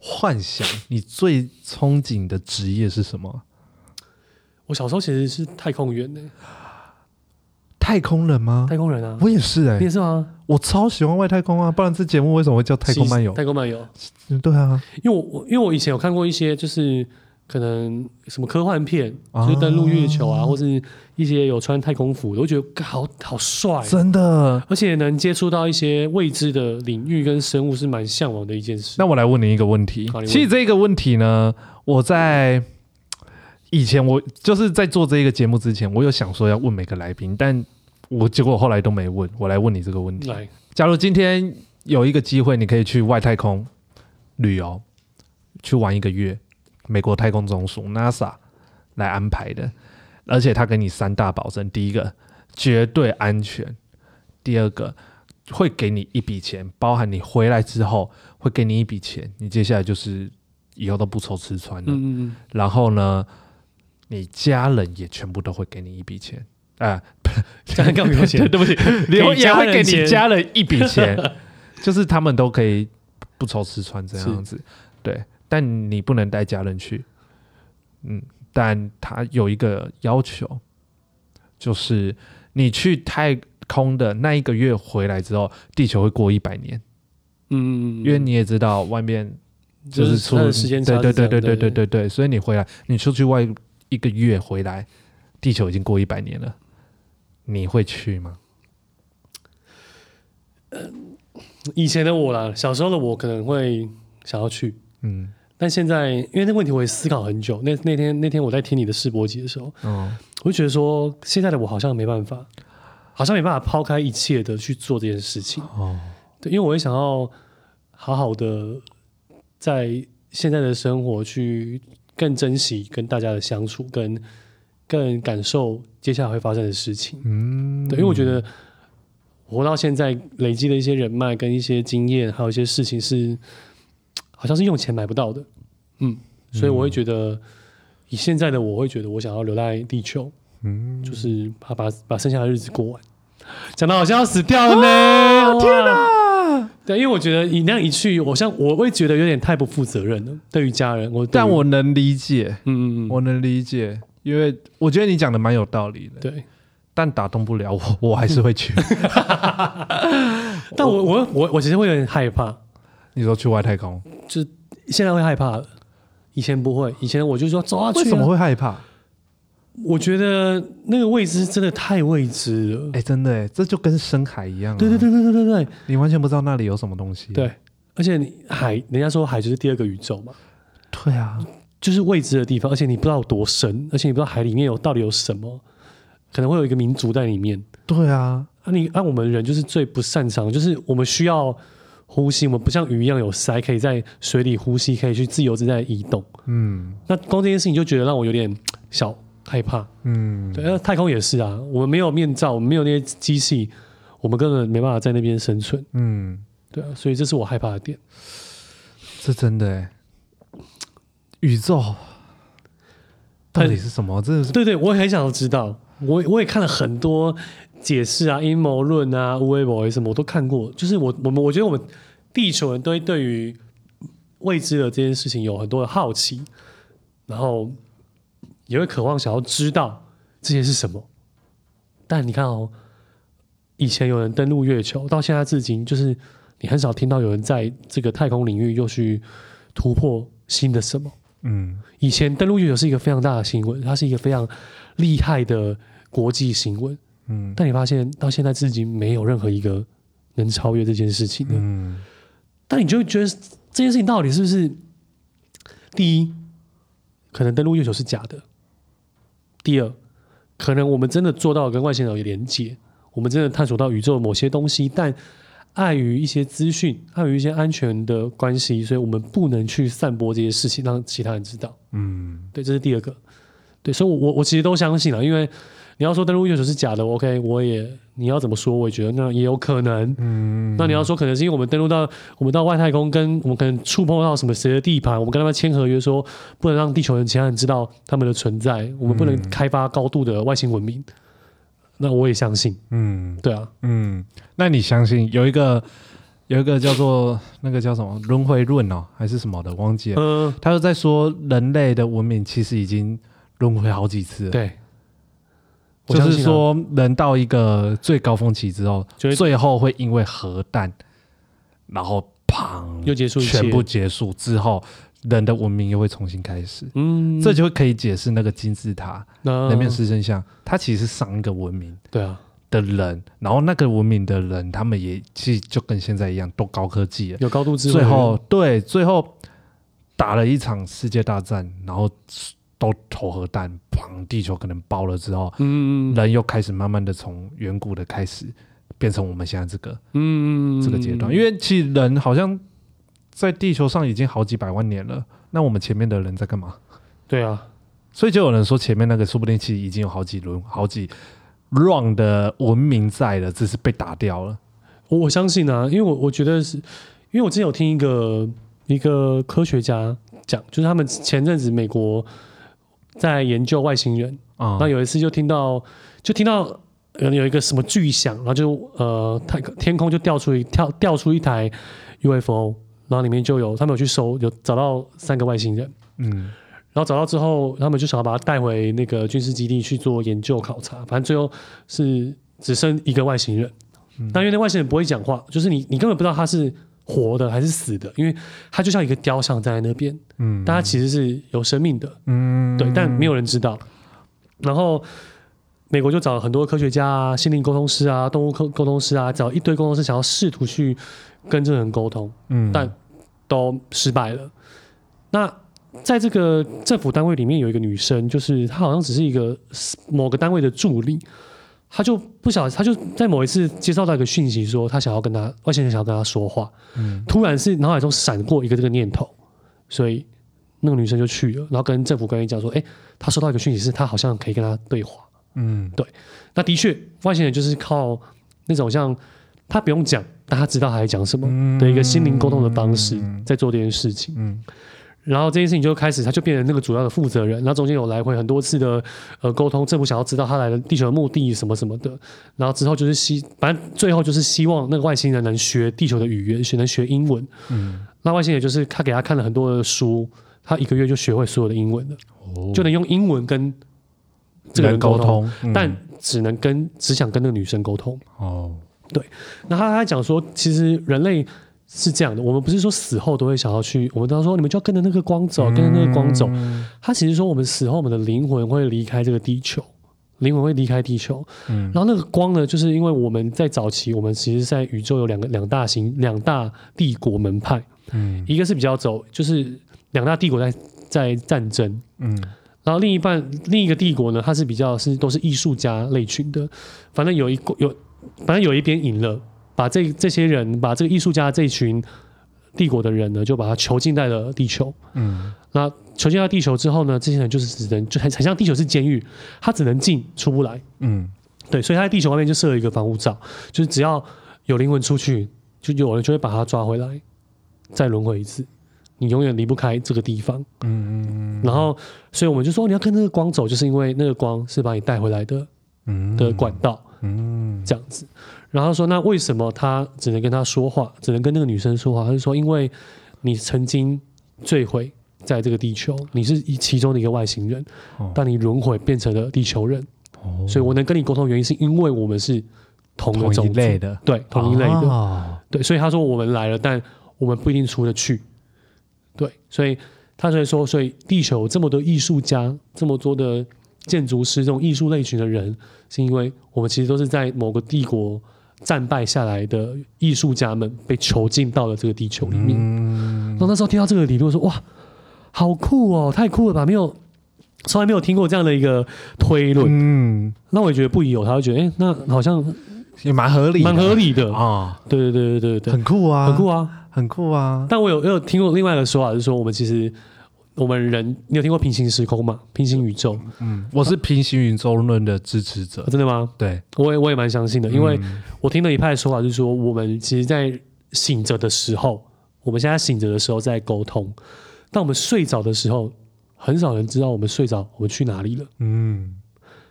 Speaker 1: 幻想、你最憧憬的职业是什么？
Speaker 2: 我小时候其实是太空员呢、
Speaker 1: 太空人吗？
Speaker 2: 太空人啊，
Speaker 1: 我也是哎、
Speaker 2: 你也是吗？
Speaker 1: 我超喜欢外太空啊，不然这节目为什么会叫太空漫游
Speaker 2: 其实？太空漫游，
Speaker 1: 嗯对啊，
Speaker 2: 因为我我因为我以前有看过一些就是。可能什么科幻片，
Speaker 1: 啊
Speaker 2: 就是登陆月球啊，或是一些有穿太空服的，我觉得干好好帅哦，
Speaker 1: 真的。
Speaker 2: 而且能接触到一些未知的领域跟生物是蛮向往的一件事。
Speaker 1: 那我来问你一个问题
Speaker 2: 好你，问
Speaker 1: 其实这个问题呢，我在以前我就是在做这个节目之前，我有想说要问每个来宾，但我结果后来都没问。我来问你这个问题：
Speaker 2: 来，
Speaker 1: 假如今天有一个机会，你可以去外太空旅游，去玩一个月，美国太空总署 NASA 来安排的，而且他给你三大保证：第一个，绝对安全；第二个，会给你一笔钱，包含你回来之后会给你一笔钱，你接下来就是以后都不愁吃穿了。
Speaker 2: 嗯嗯
Speaker 1: 然后呢，你家人也全部都会给你一笔钱啊， *laughs*
Speaker 2: 家人干嘛给我 *laughs* 钱
Speaker 1: 对不起，也也会给
Speaker 2: 给家人
Speaker 1: 你
Speaker 2: 钱
Speaker 1: 家人一笔
Speaker 2: *laughs*
Speaker 1: 钱，就是他们都可以不愁吃穿这样子。对，但你不能带家人去，嗯，但他有一个要求，就是你去太空的那一个月回来之后，地球会过一百年，
Speaker 2: 嗯嗯嗯，
Speaker 1: 因为你也知道外面就是出
Speaker 2: 它的时间
Speaker 1: 对
Speaker 2: 差是
Speaker 1: 对对
Speaker 2: 这
Speaker 1: 对
Speaker 2: 样
Speaker 1: 对对
Speaker 2: 对
Speaker 1: 对对，所以你回来，你出去外一个月回来，地球已经过一百年了，你会去吗？
Speaker 2: 以前的我啦，小时候的我可能会想要去，
Speaker 1: 嗯，
Speaker 2: 但现在因为那个问题我也思考很久。那那天那天我在听你的世博集的时候，
Speaker 1: 哦，
Speaker 2: 我就觉得说现在的我好像没办法，好像没办法抛开一切的去做这件事情。
Speaker 1: 哦，
Speaker 2: 对，因为我也想要好好的在现在的生活去更珍惜跟大家的相处，跟更感受接下来会发生的事情。
Speaker 1: 嗯，
Speaker 2: 对，因为我觉得我活到现在累积的一些人脉跟一些经验，还有一些事情是好像是用钱买不到的，嗯，所以我会觉得、以现在的我会觉得我想要留在地球，嗯，就是把把把剩下的日子过完，讲的好像要死掉了呢，天哪！对，因为我觉得你那样一去，我像我会觉得有点太不负责任了，对于家人，我对于
Speaker 1: 但我能理解，
Speaker 2: 嗯嗯嗯，
Speaker 1: 我能理解，因为我觉得你讲的蛮有道理的，
Speaker 2: 对，
Speaker 1: 但打动不了我， *laughs* 我还是会去。
Speaker 2: 但我我我我其实会有点害怕，
Speaker 1: 你说去外太空，
Speaker 2: 现在会害怕了，以前不会。以前我就说走啊，去啊
Speaker 1: 为什么？会害怕？
Speaker 2: 我觉得那个未知真的太未知了。
Speaker 1: 哎，真的哎，这就跟深海一样，啊
Speaker 2: 对对，对对对对对
Speaker 1: 你完全不知道那里有什么东西。啊
Speaker 2: 对，而且你海，人家说海就是第二个宇宙嘛，
Speaker 1: 对啊，
Speaker 2: 就是未知的地方，而且你不知道有多深，而且你不知道海里面有到底有什么，可能会有一个民族在里面。
Speaker 1: 对啊，
Speaker 2: 啊你，按、我们人就是最不擅长，就是我们需要呼吸，我们不像鱼一样有鳃，可以在水里呼吸，可以去自由自在地移动。
Speaker 1: 嗯
Speaker 2: 那光这件事情就觉得让我有点小害怕。
Speaker 1: 嗯，
Speaker 2: 对，那太空也是啊，我们没有面罩，我们没有那些机器，我们根本没办法在那边生存。
Speaker 1: 嗯。
Speaker 2: 对啊，所以这是我害怕的点。
Speaker 1: 这真的哎，宇宙到底是什么？真的是
Speaker 2: 对对，我也很想要知道，我我也看了很多解释啊、阴谋论啊、无为 boy 什么，我都看过。就是我我们我觉得我们地球人都会对于未知的这件事情有很多的好奇，然后也会渴望想要知道这些是什么。但你看哦，以前有人登陆月球，到现在至今，就是你很少听到有人在这个太空领域又去突破新的什么。
Speaker 1: 嗯
Speaker 2: 以前登陆月球是一个非常大的新闻，它是一个非常厉害的国际新闻。
Speaker 1: 嗯
Speaker 2: 但你发现到现在至今，没有任何一个能超越这件事情的。
Speaker 1: 嗯，
Speaker 2: 但你就会觉得这件事情到底是不是？第一，可能登陆月球是假的；第二，可能我们真的做到跟外星人有连接，我们真的探索到宇宙某些东西，但碍于一些资讯，碍于一些安全的关系，所以我们不能去散播这些事情，让其他人知道。
Speaker 1: 嗯
Speaker 2: 对，这是第二个。对，所以我，我我其实都相信了，因为你要说登陆月球是假的，OK，我也你要怎么说，我也觉得那也有可能。
Speaker 1: 嗯，
Speaker 2: 那你要说可能是因为我们登陆到我们到外太空，跟我们可能触碰到什么谁的地盘，我们跟他们签合约说不能让地球人其他人知道他们的存在，我们不
Speaker 1: 嗯
Speaker 2: 能开发高度的外星文明。那我也相信，
Speaker 1: 嗯
Speaker 2: 对啊，
Speaker 1: 嗯，那你相信有一个有一个叫做那个叫什么轮回论哦，还是什么的，忘记了。
Speaker 2: 嗯、
Speaker 1: 他就在说人类的文明其实已经轮回好几次了，
Speaker 2: 对，我
Speaker 1: 就
Speaker 2: 相
Speaker 1: 是
Speaker 2: 信啊
Speaker 1: 说人到一个最高峰期之后，
Speaker 2: 就会
Speaker 1: 最后会因为核弹，然后砰
Speaker 2: 又结束一切
Speaker 1: 全部结束之后，人的文明又会重新开始。
Speaker 2: 嗯，
Speaker 1: 这就可以解释那个金字塔
Speaker 2: 那
Speaker 1: 人面狮身像，它其实是上一个文明
Speaker 2: 对啊，
Speaker 1: 的人，然后那个文明的人，他们也其实就跟现在一样，都高科技了。
Speaker 2: 有高度智慧，
Speaker 1: 最后对，最后打了一场世界大战，然后都投核弹，砰，地球可能爆了之后，
Speaker 2: 嗯，嗯
Speaker 1: 人又开始慢慢的从远古的开始变成我们现在这个
Speaker 2: 嗯
Speaker 1: 这个阶段，因为其实人好像在地球上已经好几百万年了，那我们前面的人在干嘛？
Speaker 2: 对啊，
Speaker 1: 所以就有人说前面那个说不定其实已经有好几轮、好几 round 的文明在了，只是被打掉了。
Speaker 2: 我我相信啊，因为我我觉得是，因为我之前有听一个一个科学家讲，就是他们前阵子美国在研究外星人，
Speaker 1: 啊、
Speaker 2: 然后有一次就听到就听到有有一个什么巨响，然后就呃太天空就掉出一跳掉出一台 UFO，然后里面就有他们有去搜，有找到三个外星人。
Speaker 1: 嗯，
Speaker 2: 然后找到之后，他们就想要把它带回那个军事基地去做研究考察。反正最后是只剩一个外星人，
Speaker 1: 嗯
Speaker 2: 但因为那外星人不会讲话，就是你你根本不知道他是活的还是死的，因为他就像一个雕像站在那边，
Speaker 1: 嗯，
Speaker 2: 但他其实是有生命的，
Speaker 1: 嗯，
Speaker 2: 对，但没有人知道。然后美国就找了很多科学家啊、心灵沟通师啊、动物沟沟通师啊，找一堆沟通师想要试图去跟这个人沟通。
Speaker 1: 嗯，
Speaker 2: 但都失败了。那在这个政府单位里面有一个女生，就是她好像只是一个某个单位的助理，她就不小，她就在某一次接收到一个讯息说，她想要跟她外星人想要跟她说话，
Speaker 1: 嗯
Speaker 2: 突然是脑海中闪过一个这个念头，所以那个女生就去了，然后跟政府官员讲说，哎、她收到一个讯息是她好像可以跟她对话。
Speaker 1: 嗯
Speaker 2: 那的确，外星人就是靠那种像他不用讲，但他知道他在讲什么的一个心灵沟通的方式，在做这件事情。
Speaker 1: 嗯
Speaker 2: 然后这件事情就开始，他就变成那个主要的负责人。然后中间有来回很多次的呃沟通，政府想要知道他来的地球的目的什么什么的。然后之后就是希，反正最后就是希望那个外星人能学地球的语言，学能学英文。
Speaker 1: 嗯，
Speaker 2: 那外星人就是他给他看了很多的书，他一个月就学会所有的英文了，
Speaker 1: 哦
Speaker 2: 就能用英文跟这个人
Speaker 1: 人
Speaker 2: 沟
Speaker 1: 沟
Speaker 2: 通，
Speaker 1: 通，嗯
Speaker 2: 但只能跟只想跟那个女生沟通。
Speaker 1: 哦，
Speaker 2: 那他还讲说，其实人类是这样的，我们不是说死后都会想要去，我们都说你们就要跟着那个光走，跟着那个光走。
Speaker 1: 嗯
Speaker 2: 他其实说，我们死后我们的灵魂会离开这个地球，灵魂会离开地球。
Speaker 1: 嗯
Speaker 2: 然后那个光呢，就是因为我们在早期，我们其实在宇宙有两个两大型两大帝国门派，
Speaker 1: 嗯
Speaker 2: 一个是比较走，就是两大帝国在在战争，
Speaker 1: 嗯
Speaker 2: 然后另一半另一个帝国呢，它是比较是都是艺术家类群的，反正有一个有，反正有一边赢了，把这这些人把这个艺术家这一群帝国的人呢，就把他囚禁在了地球。
Speaker 1: 嗯
Speaker 2: 那囚禁到地球之后呢，这些人就是只能就很很像地球是监狱，他只能进出不来。
Speaker 1: 嗯
Speaker 2: 对，所以他在地球外面就设了一个防护罩，就是只要有灵魂出去，就有人就会把他抓回来，再轮回一次。你永远离不开这个地方。
Speaker 1: 嗯
Speaker 2: 然后，所以我们就说哦你要跟那个光走，就是因为那个光是把你带回来的
Speaker 1: 嗯
Speaker 2: 的管道
Speaker 1: 嗯
Speaker 2: 这样子。然后他说，那为什么他只能跟他说话，只能跟那个女生说话？他就说，因为你曾经坠毁在这个地球，你是一其中的一个外星人
Speaker 1: 哦，
Speaker 2: 但你轮回变成了地球人，
Speaker 1: 哦
Speaker 2: 所以我能跟你沟通，原因是因为我们是同个
Speaker 1: 同
Speaker 2: 种
Speaker 1: 一
Speaker 2: 族
Speaker 1: 类，的，
Speaker 2: 对，同一类的。
Speaker 1: 哦
Speaker 2: 对，所以他说我们来了，但我们不一定出得去。对，所以他才说，所以地球这么多艺术家，这么多的建筑师，这种艺术类群的人，是因为我们其实都是在某个帝国战败下来的艺术家们被囚禁到了这个地球里面。
Speaker 1: 嗯
Speaker 2: 然后那时候听到这个理论，说哇，好酷哦，太酷了吧！没有，从来没有听过这样的一个推论。
Speaker 1: 嗯，
Speaker 2: 那我也觉得不疑有他，会觉得哎、诶那好像
Speaker 1: 也蛮合理的，
Speaker 2: 蛮合理的。
Speaker 1: 啊，
Speaker 2: 对对对对对对，
Speaker 1: 很酷啊，
Speaker 2: 很酷，啊！
Speaker 1: 很酷啊，
Speaker 2: 但我有我有听过另外一个说法，就是说我们其实我们人，你有听过平行时空吗？平行宇宙、
Speaker 1: 嗯，我是平行宇宙论的支持
Speaker 2: 啊
Speaker 1: 者，
Speaker 2: 真的吗？
Speaker 1: 对，
Speaker 2: 我也我也蛮相信的，因为
Speaker 1: 嗯
Speaker 2: 我听了一派的说法，就是说我们其实，在醒着的时候，我们现在醒着的时候在沟通，但我们睡着的时候，很少人知道我们睡着我们去哪里了。
Speaker 1: 嗯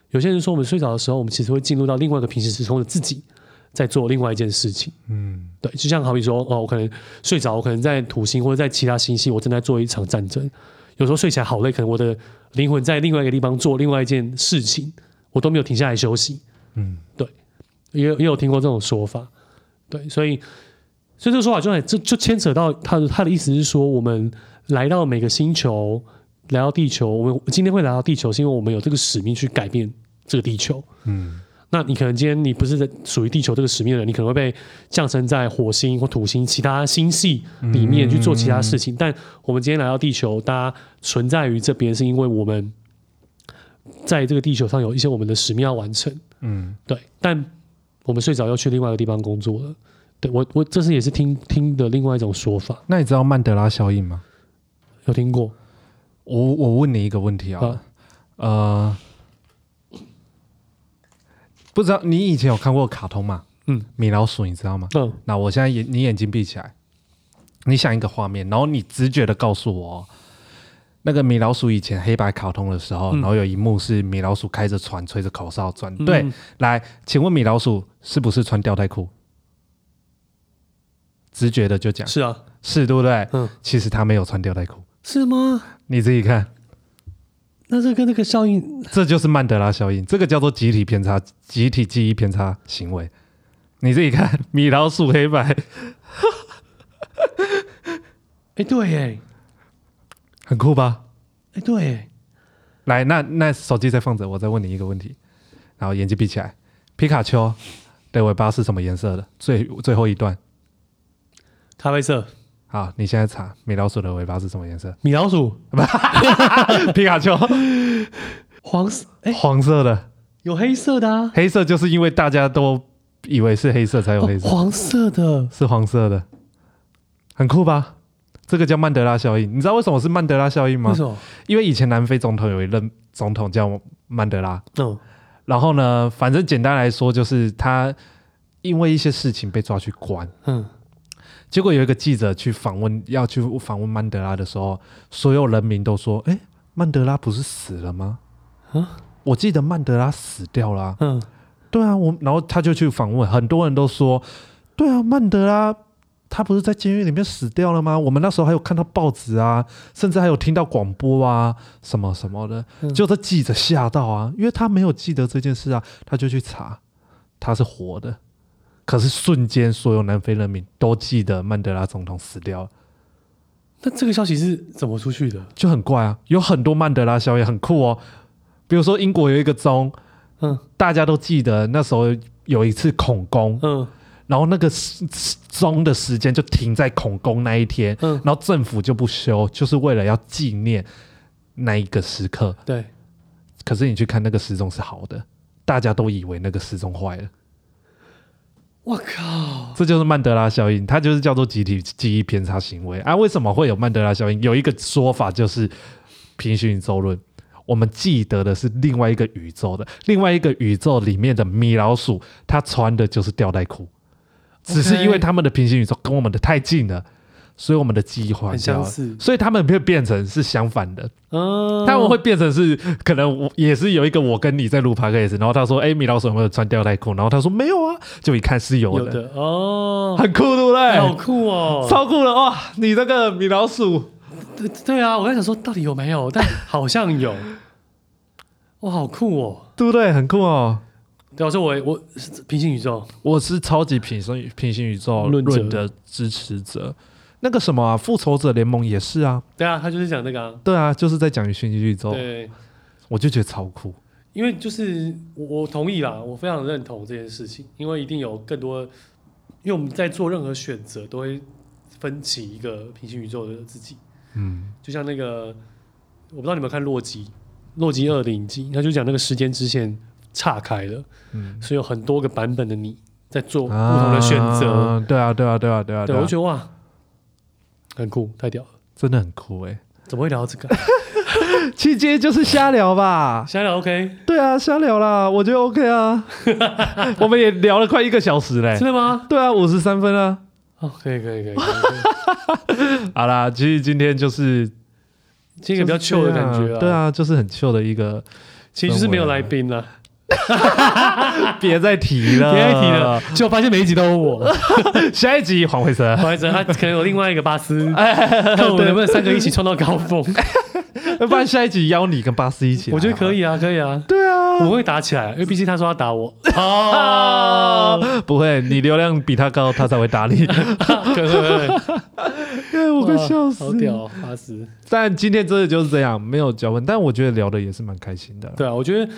Speaker 2: 有些人说我们睡着的时候，我们其实会进入到另外一个平行时空的自己，在做另外一件事情。
Speaker 1: 嗯
Speaker 2: 对，就像好比说，哦，我可能睡着，我可能在土星或者在其他星系，我正在做一场战争。有时候睡起来好累，可能我的灵魂在另外一个地方做另外一件事情，我都没有停下来休息。
Speaker 1: 嗯
Speaker 2: 也有也有听过这种说法，对，所以所以这个说法就很这就牵扯到他的他的意思是说，我们来到每个星球，来到地球，我们今天会来到地球，是因为我们有这个使命去改变这个地球。
Speaker 1: 嗯，
Speaker 2: 那你可能今天你不是在属于地球这个使命的人，你可能会被降生在火星或土星其他星系
Speaker 1: 嗯
Speaker 2: 里面去做其他事情。但我们今天来到地球，大家存在于这边，是因为我们在这个地球上有一些我们的使命要完成。
Speaker 1: 嗯，
Speaker 2: 对，但我们睡着要去另外一个地方工作了。对我，我这是也是听听的另外一种说法，
Speaker 1: 那你知道曼德拉效应吗？
Speaker 2: 有听过？
Speaker 1: 我我问你一个问题啊，呃，不知道你以前有看过卡通吗？
Speaker 2: 嗯，
Speaker 1: 米老鼠你知道吗？
Speaker 2: 嗯，
Speaker 1: 那我现在眼你眼睛闭起来，你想一个画面，然后你直觉的告诉我哦，那个米老鼠以前黑白卡通的时候，
Speaker 2: 嗯
Speaker 1: 然后有一幕是米老鼠开着船，吹着口哨转。
Speaker 2: 嗯
Speaker 1: 对，来，请问米老鼠是不是穿吊带裤？直觉的就讲
Speaker 2: 是啊，
Speaker 1: 是，对不对？
Speaker 2: 嗯，
Speaker 1: 其实他没有穿吊带裤，
Speaker 2: 是吗？
Speaker 1: 你自己看，
Speaker 2: 那这跟那个效应，
Speaker 1: 这就是曼德拉效应，这个叫做集体偏差、集体记忆偏差行为。你自己看，米老鼠黑白
Speaker 2: 哎，对，哎，
Speaker 1: 很酷吧？
Speaker 2: 哎，对耶，
Speaker 1: 来，那那手机再放着，我再问你一个问题，然后眼睛闭起来。皮卡丘的尾巴是什么颜色的？最最后一段，
Speaker 2: 咖啡色，？
Speaker 1: 好，你现在查米老鼠的尾巴是什么颜色
Speaker 2: 米老鼠，
Speaker 1: *laughs* 皮卡丘
Speaker 2: 黄色，哎，
Speaker 1: 黄色的，
Speaker 2: 有黑色的啊，
Speaker 1: 黑色就是因为大家都以为是黑色才有
Speaker 2: 哦
Speaker 1: 黑色，
Speaker 2: 黄色的，
Speaker 1: 是黄色的，很酷吧？这个叫曼德拉效应，你知道为什么是曼德拉效应吗
Speaker 2: 为？什么？
Speaker 1: 因为以前南非总统有一任总统叫曼德拉，
Speaker 2: 嗯
Speaker 1: 然后呢，反正简单来说就是他因为一些事情被抓去关，
Speaker 2: 嗯，
Speaker 1: 结果有一个记者去访问，要去访问曼德拉的时候，所有人民都说：“哎，曼德拉不是死了吗？
Speaker 2: 啊，
Speaker 1: 我记得曼德拉死掉了啊、
Speaker 2: 嗯，
Speaker 1: 对啊，我然后他就去访问，很多人都说：“对啊，曼德拉他不是在监狱里面死掉了吗？我们那时候还有看到报纸啊，甚至还有听到广播啊，什么什么的。
Speaker 2: 嗯
Speaker 1: 就这记者吓到啊，因为他没有记得这件事啊，他就去查，他是活的。可是瞬间，所有南非人民都记得曼德拉总统死掉了，
Speaker 2: 那这个消息是怎么出去的？
Speaker 1: 就很怪啊。有很多曼德拉效应，很酷哦。比如说英国有一个钟，
Speaker 2: 嗯
Speaker 1: 大家都记得那时候有一次恐攻，
Speaker 2: 嗯
Speaker 1: 然后那个时时钟的时间就停在恐攻那一天，
Speaker 2: 嗯，
Speaker 1: 然后政府就不修，就是为了要纪念那一个时刻。
Speaker 2: 对，
Speaker 1: 可是你去看那个时钟是好的，大家都以为那个时钟坏了，
Speaker 2: 我靠，
Speaker 1: 这就是曼德拉效应，它就是叫做集体记忆偏差行为啊。为什么会有曼德拉效应？有一个说法就是平行宇宙论。我们记得的是另外一个宇宙的，另外一个宇宙里面的米老鼠，它穿的就是吊带裤，只是因为他们的平行宇宙跟我们的太近了，所以我们的记忆混
Speaker 2: 很
Speaker 1: 淆
Speaker 2: 相
Speaker 1: 了，
Speaker 2: 似，
Speaker 1: 所以他们会变成是相反的。
Speaker 2: 嗯，
Speaker 1: 他们会变成是可能我也是有一个我跟你在录 podcast，然后他说：“哎、米老鼠有没有穿吊带裤？”然后他说：“没有啊。”就一看是有的，哎
Speaker 2: 有的哦，
Speaker 1: 很酷，对不
Speaker 2: 好
Speaker 1: 对？
Speaker 2: 酷哦，
Speaker 1: 超酷的哇！你这个米老鼠，
Speaker 2: 对对啊，我在想说到底有没有，但好像
Speaker 1: *laughs*
Speaker 2: 有。哇，好酷哦！
Speaker 1: 对不对？很酷哦！
Speaker 2: 对啊，所以我我是平行宇宙，
Speaker 1: 我是超级平行平行宇宙
Speaker 2: 论
Speaker 1: 论
Speaker 2: 者
Speaker 1: 的支持者。那个什么啊，复仇者联盟也是啊，
Speaker 2: 对啊，他就是讲那个、啊，
Speaker 1: 对啊，就是在讲于星际宇宙，
Speaker 2: 对，
Speaker 1: 我就觉得超酷。
Speaker 2: 因为就是我我同意啦，我非常认同这件事情，因为一定有更多，因为我们在做任何选择都会分歧一个平行宇宙的自己，
Speaker 1: 嗯，
Speaker 2: 就像那个我不知道你们有没有看《洛基》，《洛基二》的影集，他就讲那个时间支线岔开了，
Speaker 1: 嗯
Speaker 2: 所以有很多个版本的你在做不同的选择，
Speaker 1: 啊，对啊，对啊，对啊，对啊，
Speaker 2: 对，
Speaker 1: 对
Speaker 2: 我
Speaker 1: 啊
Speaker 2: 就，觉得哇，很酷，太屌了！
Speaker 1: 真的很酷哎、
Speaker 2: 怎么会聊到这个？ *laughs*
Speaker 1: 其实今天就是瞎聊吧，
Speaker 2: 现在聊 OK，
Speaker 1: 对啊，瞎聊啦，我觉得 OK 啊。 *laughs* 我们也聊了快一个小时嘞
Speaker 2: 真。的吗？
Speaker 1: 对啊，五十三分啊。
Speaker 2: 哎哦，可以可以可以，可
Speaker 1: *laughs*
Speaker 2: 以可以
Speaker 1: 好啦，其实今天就是
Speaker 2: 这个比较 chill 的感觉
Speaker 1: 对，啊，就是很 chill 的一
Speaker 2: *laughs*
Speaker 1: 个，
Speaker 2: 其实就是没有来宾了，
Speaker 1: 别再提了，
Speaker 2: 别再提
Speaker 1: 啊
Speaker 2: 了。。结果发现每一集都有我，
Speaker 1: 下一集黄慧生，
Speaker 2: 不好意思，他可能有另外一个巴斯，
Speaker 1: 哎
Speaker 2: 看我们能不能三个一起
Speaker 1: *laughs*
Speaker 2: 创造高峰。
Speaker 1: *laughs* 不然下一集邀你跟巴斯一起。
Speaker 2: 我觉得可。以啊，可以啊。
Speaker 1: 对啊，
Speaker 2: 我会打起来，因为毕竟他说要打我。 *laughs*
Speaker 1: 啊
Speaker 2: 哦，！
Speaker 1: 不会，你流量比他高，他才会打 *laughs* 你。
Speaker 2: 可可
Speaker 1: 哎我快
Speaker 2: 可，
Speaker 1: 笑死！
Speaker 2: 好屌，阿斯。
Speaker 1: 但今天真的就是这样，没有脚本，但我觉得聊的也是蛮开心的。
Speaker 2: 对啊，我觉得，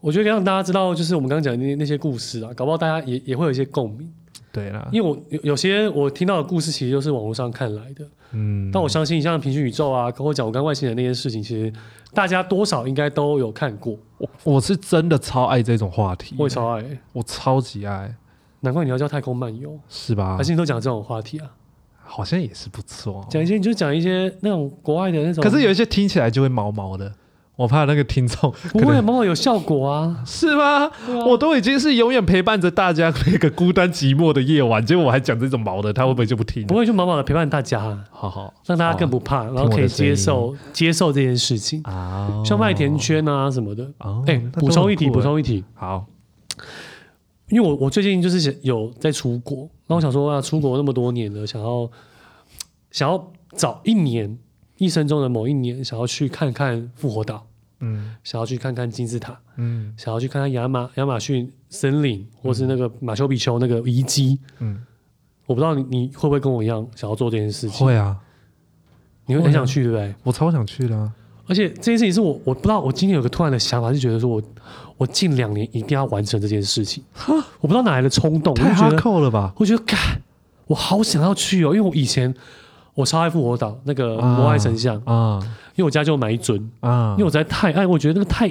Speaker 2: 我觉得让大家知道，就是我们刚刚讲的那那些故事啊，搞不好大家也也会有一些共鸣。
Speaker 1: 对啦，
Speaker 2: 因为我有有些我听到的故事，其实就是网络上看来的。
Speaker 1: 嗯，
Speaker 2: 但我相信，像平行宇宙啊，跟我讲我跟外星人那些事情，其实大家多少应该都有看过。
Speaker 1: 我我是真的超爱这种话题，
Speaker 2: 我也超爱，
Speaker 1: 我超级爱，
Speaker 2: 难怪你要叫太空漫游，
Speaker 1: 是吧
Speaker 2: 还？是你都讲这种话题啊？
Speaker 1: 好像也是不错。
Speaker 2: 讲一些你就讲一些那种国外的那种，
Speaker 1: 可是有一些听起来就会毛毛的，我怕那个听众 *laughs*
Speaker 2: 不
Speaker 1: 可
Speaker 2: 会
Speaker 1: 能
Speaker 2: 某某有效果啊？
Speaker 1: 是吗？我都已经是永远陪伴着大家那个孤单寂寞的夜晚，结果我还讲这种毛的，他会不会就不听？
Speaker 2: 不会就满满的陪伴大家啊，
Speaker 1: 好好
Speaker 2: 让大家更不怕，
Speaker 1: 嗯
Speaker 2: 然后可以接受接受这件事情，
Speaker 1: 啊，
Speaker 2: 像麦田圈啊什么的。
Speaker 1: 哦，
Speaker 2: 哎、
Speaker 1: 那都
Speaker 2: 补充一题，
Speaker 1: 很酷
Speaker 2: 补
Speaker 1: 哎
Speaker 2: 充一题，
Speaker 1: 好，
Speaker 2: 因为我我最近就是想有在出国，然后我想说啊，出国那么多年了，想要想要找一年一生中的某一年，想要去看看复活岛，
Speaker 1: 嗯
Speaker 2: 想要去看看金字塔，
Speaker 1: 嗯
Speaker 2: 想要去看看亚马亚马逊森林，或是那个马丘比丘那个遗迹。
Speaker 1: 嗯，
Speaker 2: 我不知道你你会不会跟我一样想要做这件事情，
Speaker 1: 会啊，
Speaker 2: 你会
Speaker 1: 会啊
Speaker 2: 很想去，对不对？
Speaker 1: 我超想去的啊。
Speaker 2: 而且这件事情是我我不知道，我今天有个突然的想法，就觉得说我我近两年一定要完成这件事情，我不知道哪来的冲动，我就
Speaker 1: 太
Speaker 2: 觉
Speaker 1: 哈
Speaker 2: 得
Speaker 1: 扣了吧？
Speaker 2: 我觉得，嘎，我好想要去哦，因为我以前我超爱复活岛那个摩爱神像，
Speaker 1: 啊
Speaker 2: 因为我家就有买一尊，
Speaker 1: 啊
Speaker 2: 因为我实在太爱，我觉得那个太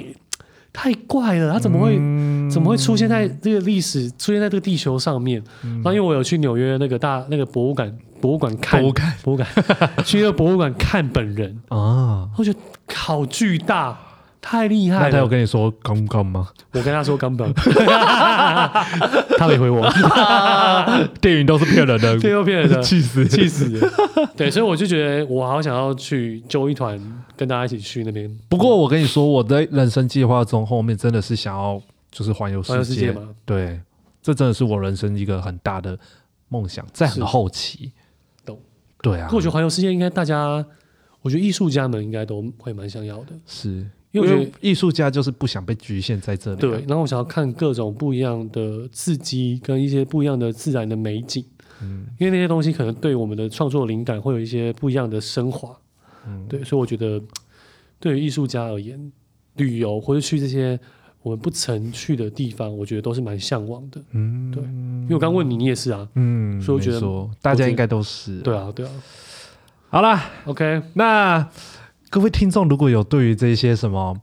Speaker 2: 太怪了，它怎么会、
Speaker 1: 嗯
Speaker 2: 怎么会出现在这个历史出现在这个地球上面？
Speaker 1: 嗯
Speaker 2: 那、因为我有去纽约那个大那个博物馆博物馆看
Speaker 1: 博物馆
Speaker 2: 博物馆 *laughs* 去那个博物馆看本人，
Speaker 1: 啊？
Speaker 2: 我觉得好巨大，太厉害
Speaker 1: 那他有
Speaker 2: 了！
Speaker 1: 跟你说刚刚吗？
Speaker 2: 我跟他说
Speaker 1: *laughs*
Speaker 2: 冈本，他没回 *laughs* 我，
Speaker 1: 电影都是骗人的，。
Speaker 2: 最后骗人的
Speaker 1: 气死！
Speaker 2: 啊 *laughs* 气死了！ *laughs* 对，所以我就觉得我好想要去揪一团，跟大家一起去那边
Speaker 1: 不过我跟你说，我的人生计划中后面真的是想要就是环游
Speaker 2: 环游
Speaker 1: 世
Speaker 2: 世
Speaker 1: 界
Speaker 2: 界嘛。
Speaker 1: 对，这真的是我人生一个很大的梦想，在很
Speaker 2: 是
Speaker 1: 后期。
Speaker 2: 懂？
Speaker 1: 对啊
Speaker 2: 可，我觉得环游世界应该大家，我觉得艺术家们应该都会蛮想要的，
Speaker 1: 是
Speaker 2: 因为我觉得
Speaker 1: 艺术家就是不想被局限在这里啊。
Speaker 2: 对。然后我想要看各种不一样的刺激，跟一些不一样的自然的美景，
Speaker 1: 嗯
Speaker 2: 因为那些东西可能对我们的创作灵感会有一些不一样的升华。
Speaker 1: 嗯，
Speaker 2: 对，所以我觉得对于艺术家而言，旅游或者去这些我们不曾去的地方，我觉得都是蛮向往的。
Speaker 1: 嗯，
Speaker 2: 对因为我刚问你，你也是啊。
Speaker 1: 嗯，
Speaker 2: 所以我觉得
Speaker 1: 没错大家应该都是。
Speaker 2: 对啊，对啊。
Speaker 1: 好啦，
Speaker 2: OK，
Speaker 1: 那各位听众，如果有对于这些什么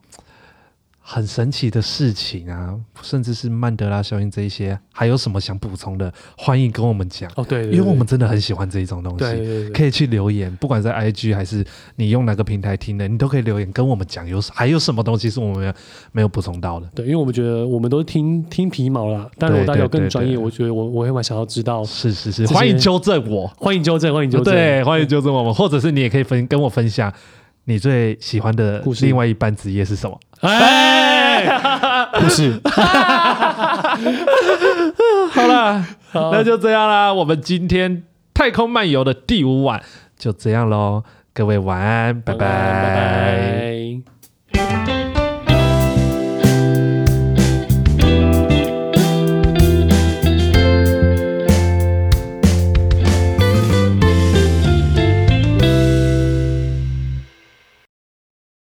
Speaker 1: 很神奇的事情啊，甚至是曼德拉效应这一些，还有什么想补充的，欢迎跟我们讲，
Speaker 2: 哦对，对
Speaker 1: 因为我们真的很喜欢这一种东
Speaker 2: 对
Speaker 1: 西。
Speaker 2: 对对对
Speaker 1: 可以去留言，不管在 IG 还是你用哪个平台听的，你都可以留言跟我们讲有还有什么东西是我们没有没有补充到的。
Speaker 2: 对，因为我们觉得我们都听听皮毛啦，但如果大家有更专业，
Speaker 1: 对对对对
Speaker 2: 我觉得我我会蛮想要知道，
Speaker 1: 是是是，
Speaker 2: 这些
Speaker 1: 欢迎纠正我，
Speaker 2: 欢迎纠正，欢迎纠正，
Speaker 1: 对，欢迎纠正我们，或者是你也可以分跟我分享你最喜欢的
Speaker 2: 故事
Speaker 1: 另外一半职业是什么。
Speaker 2: 哎，
Speaker 1: *laughs*
Speaker 2: 不是， *laughs*
Speaker 1: 好啦，
Speaker 2: 好
Speaker 1: *laughs* 那就这样啦。我们今天太空漫游的第五晚就这样喽，各位晚安，拜
Speaker 2: 拜
Speaker 1: 拜
Speaker 2: 拜。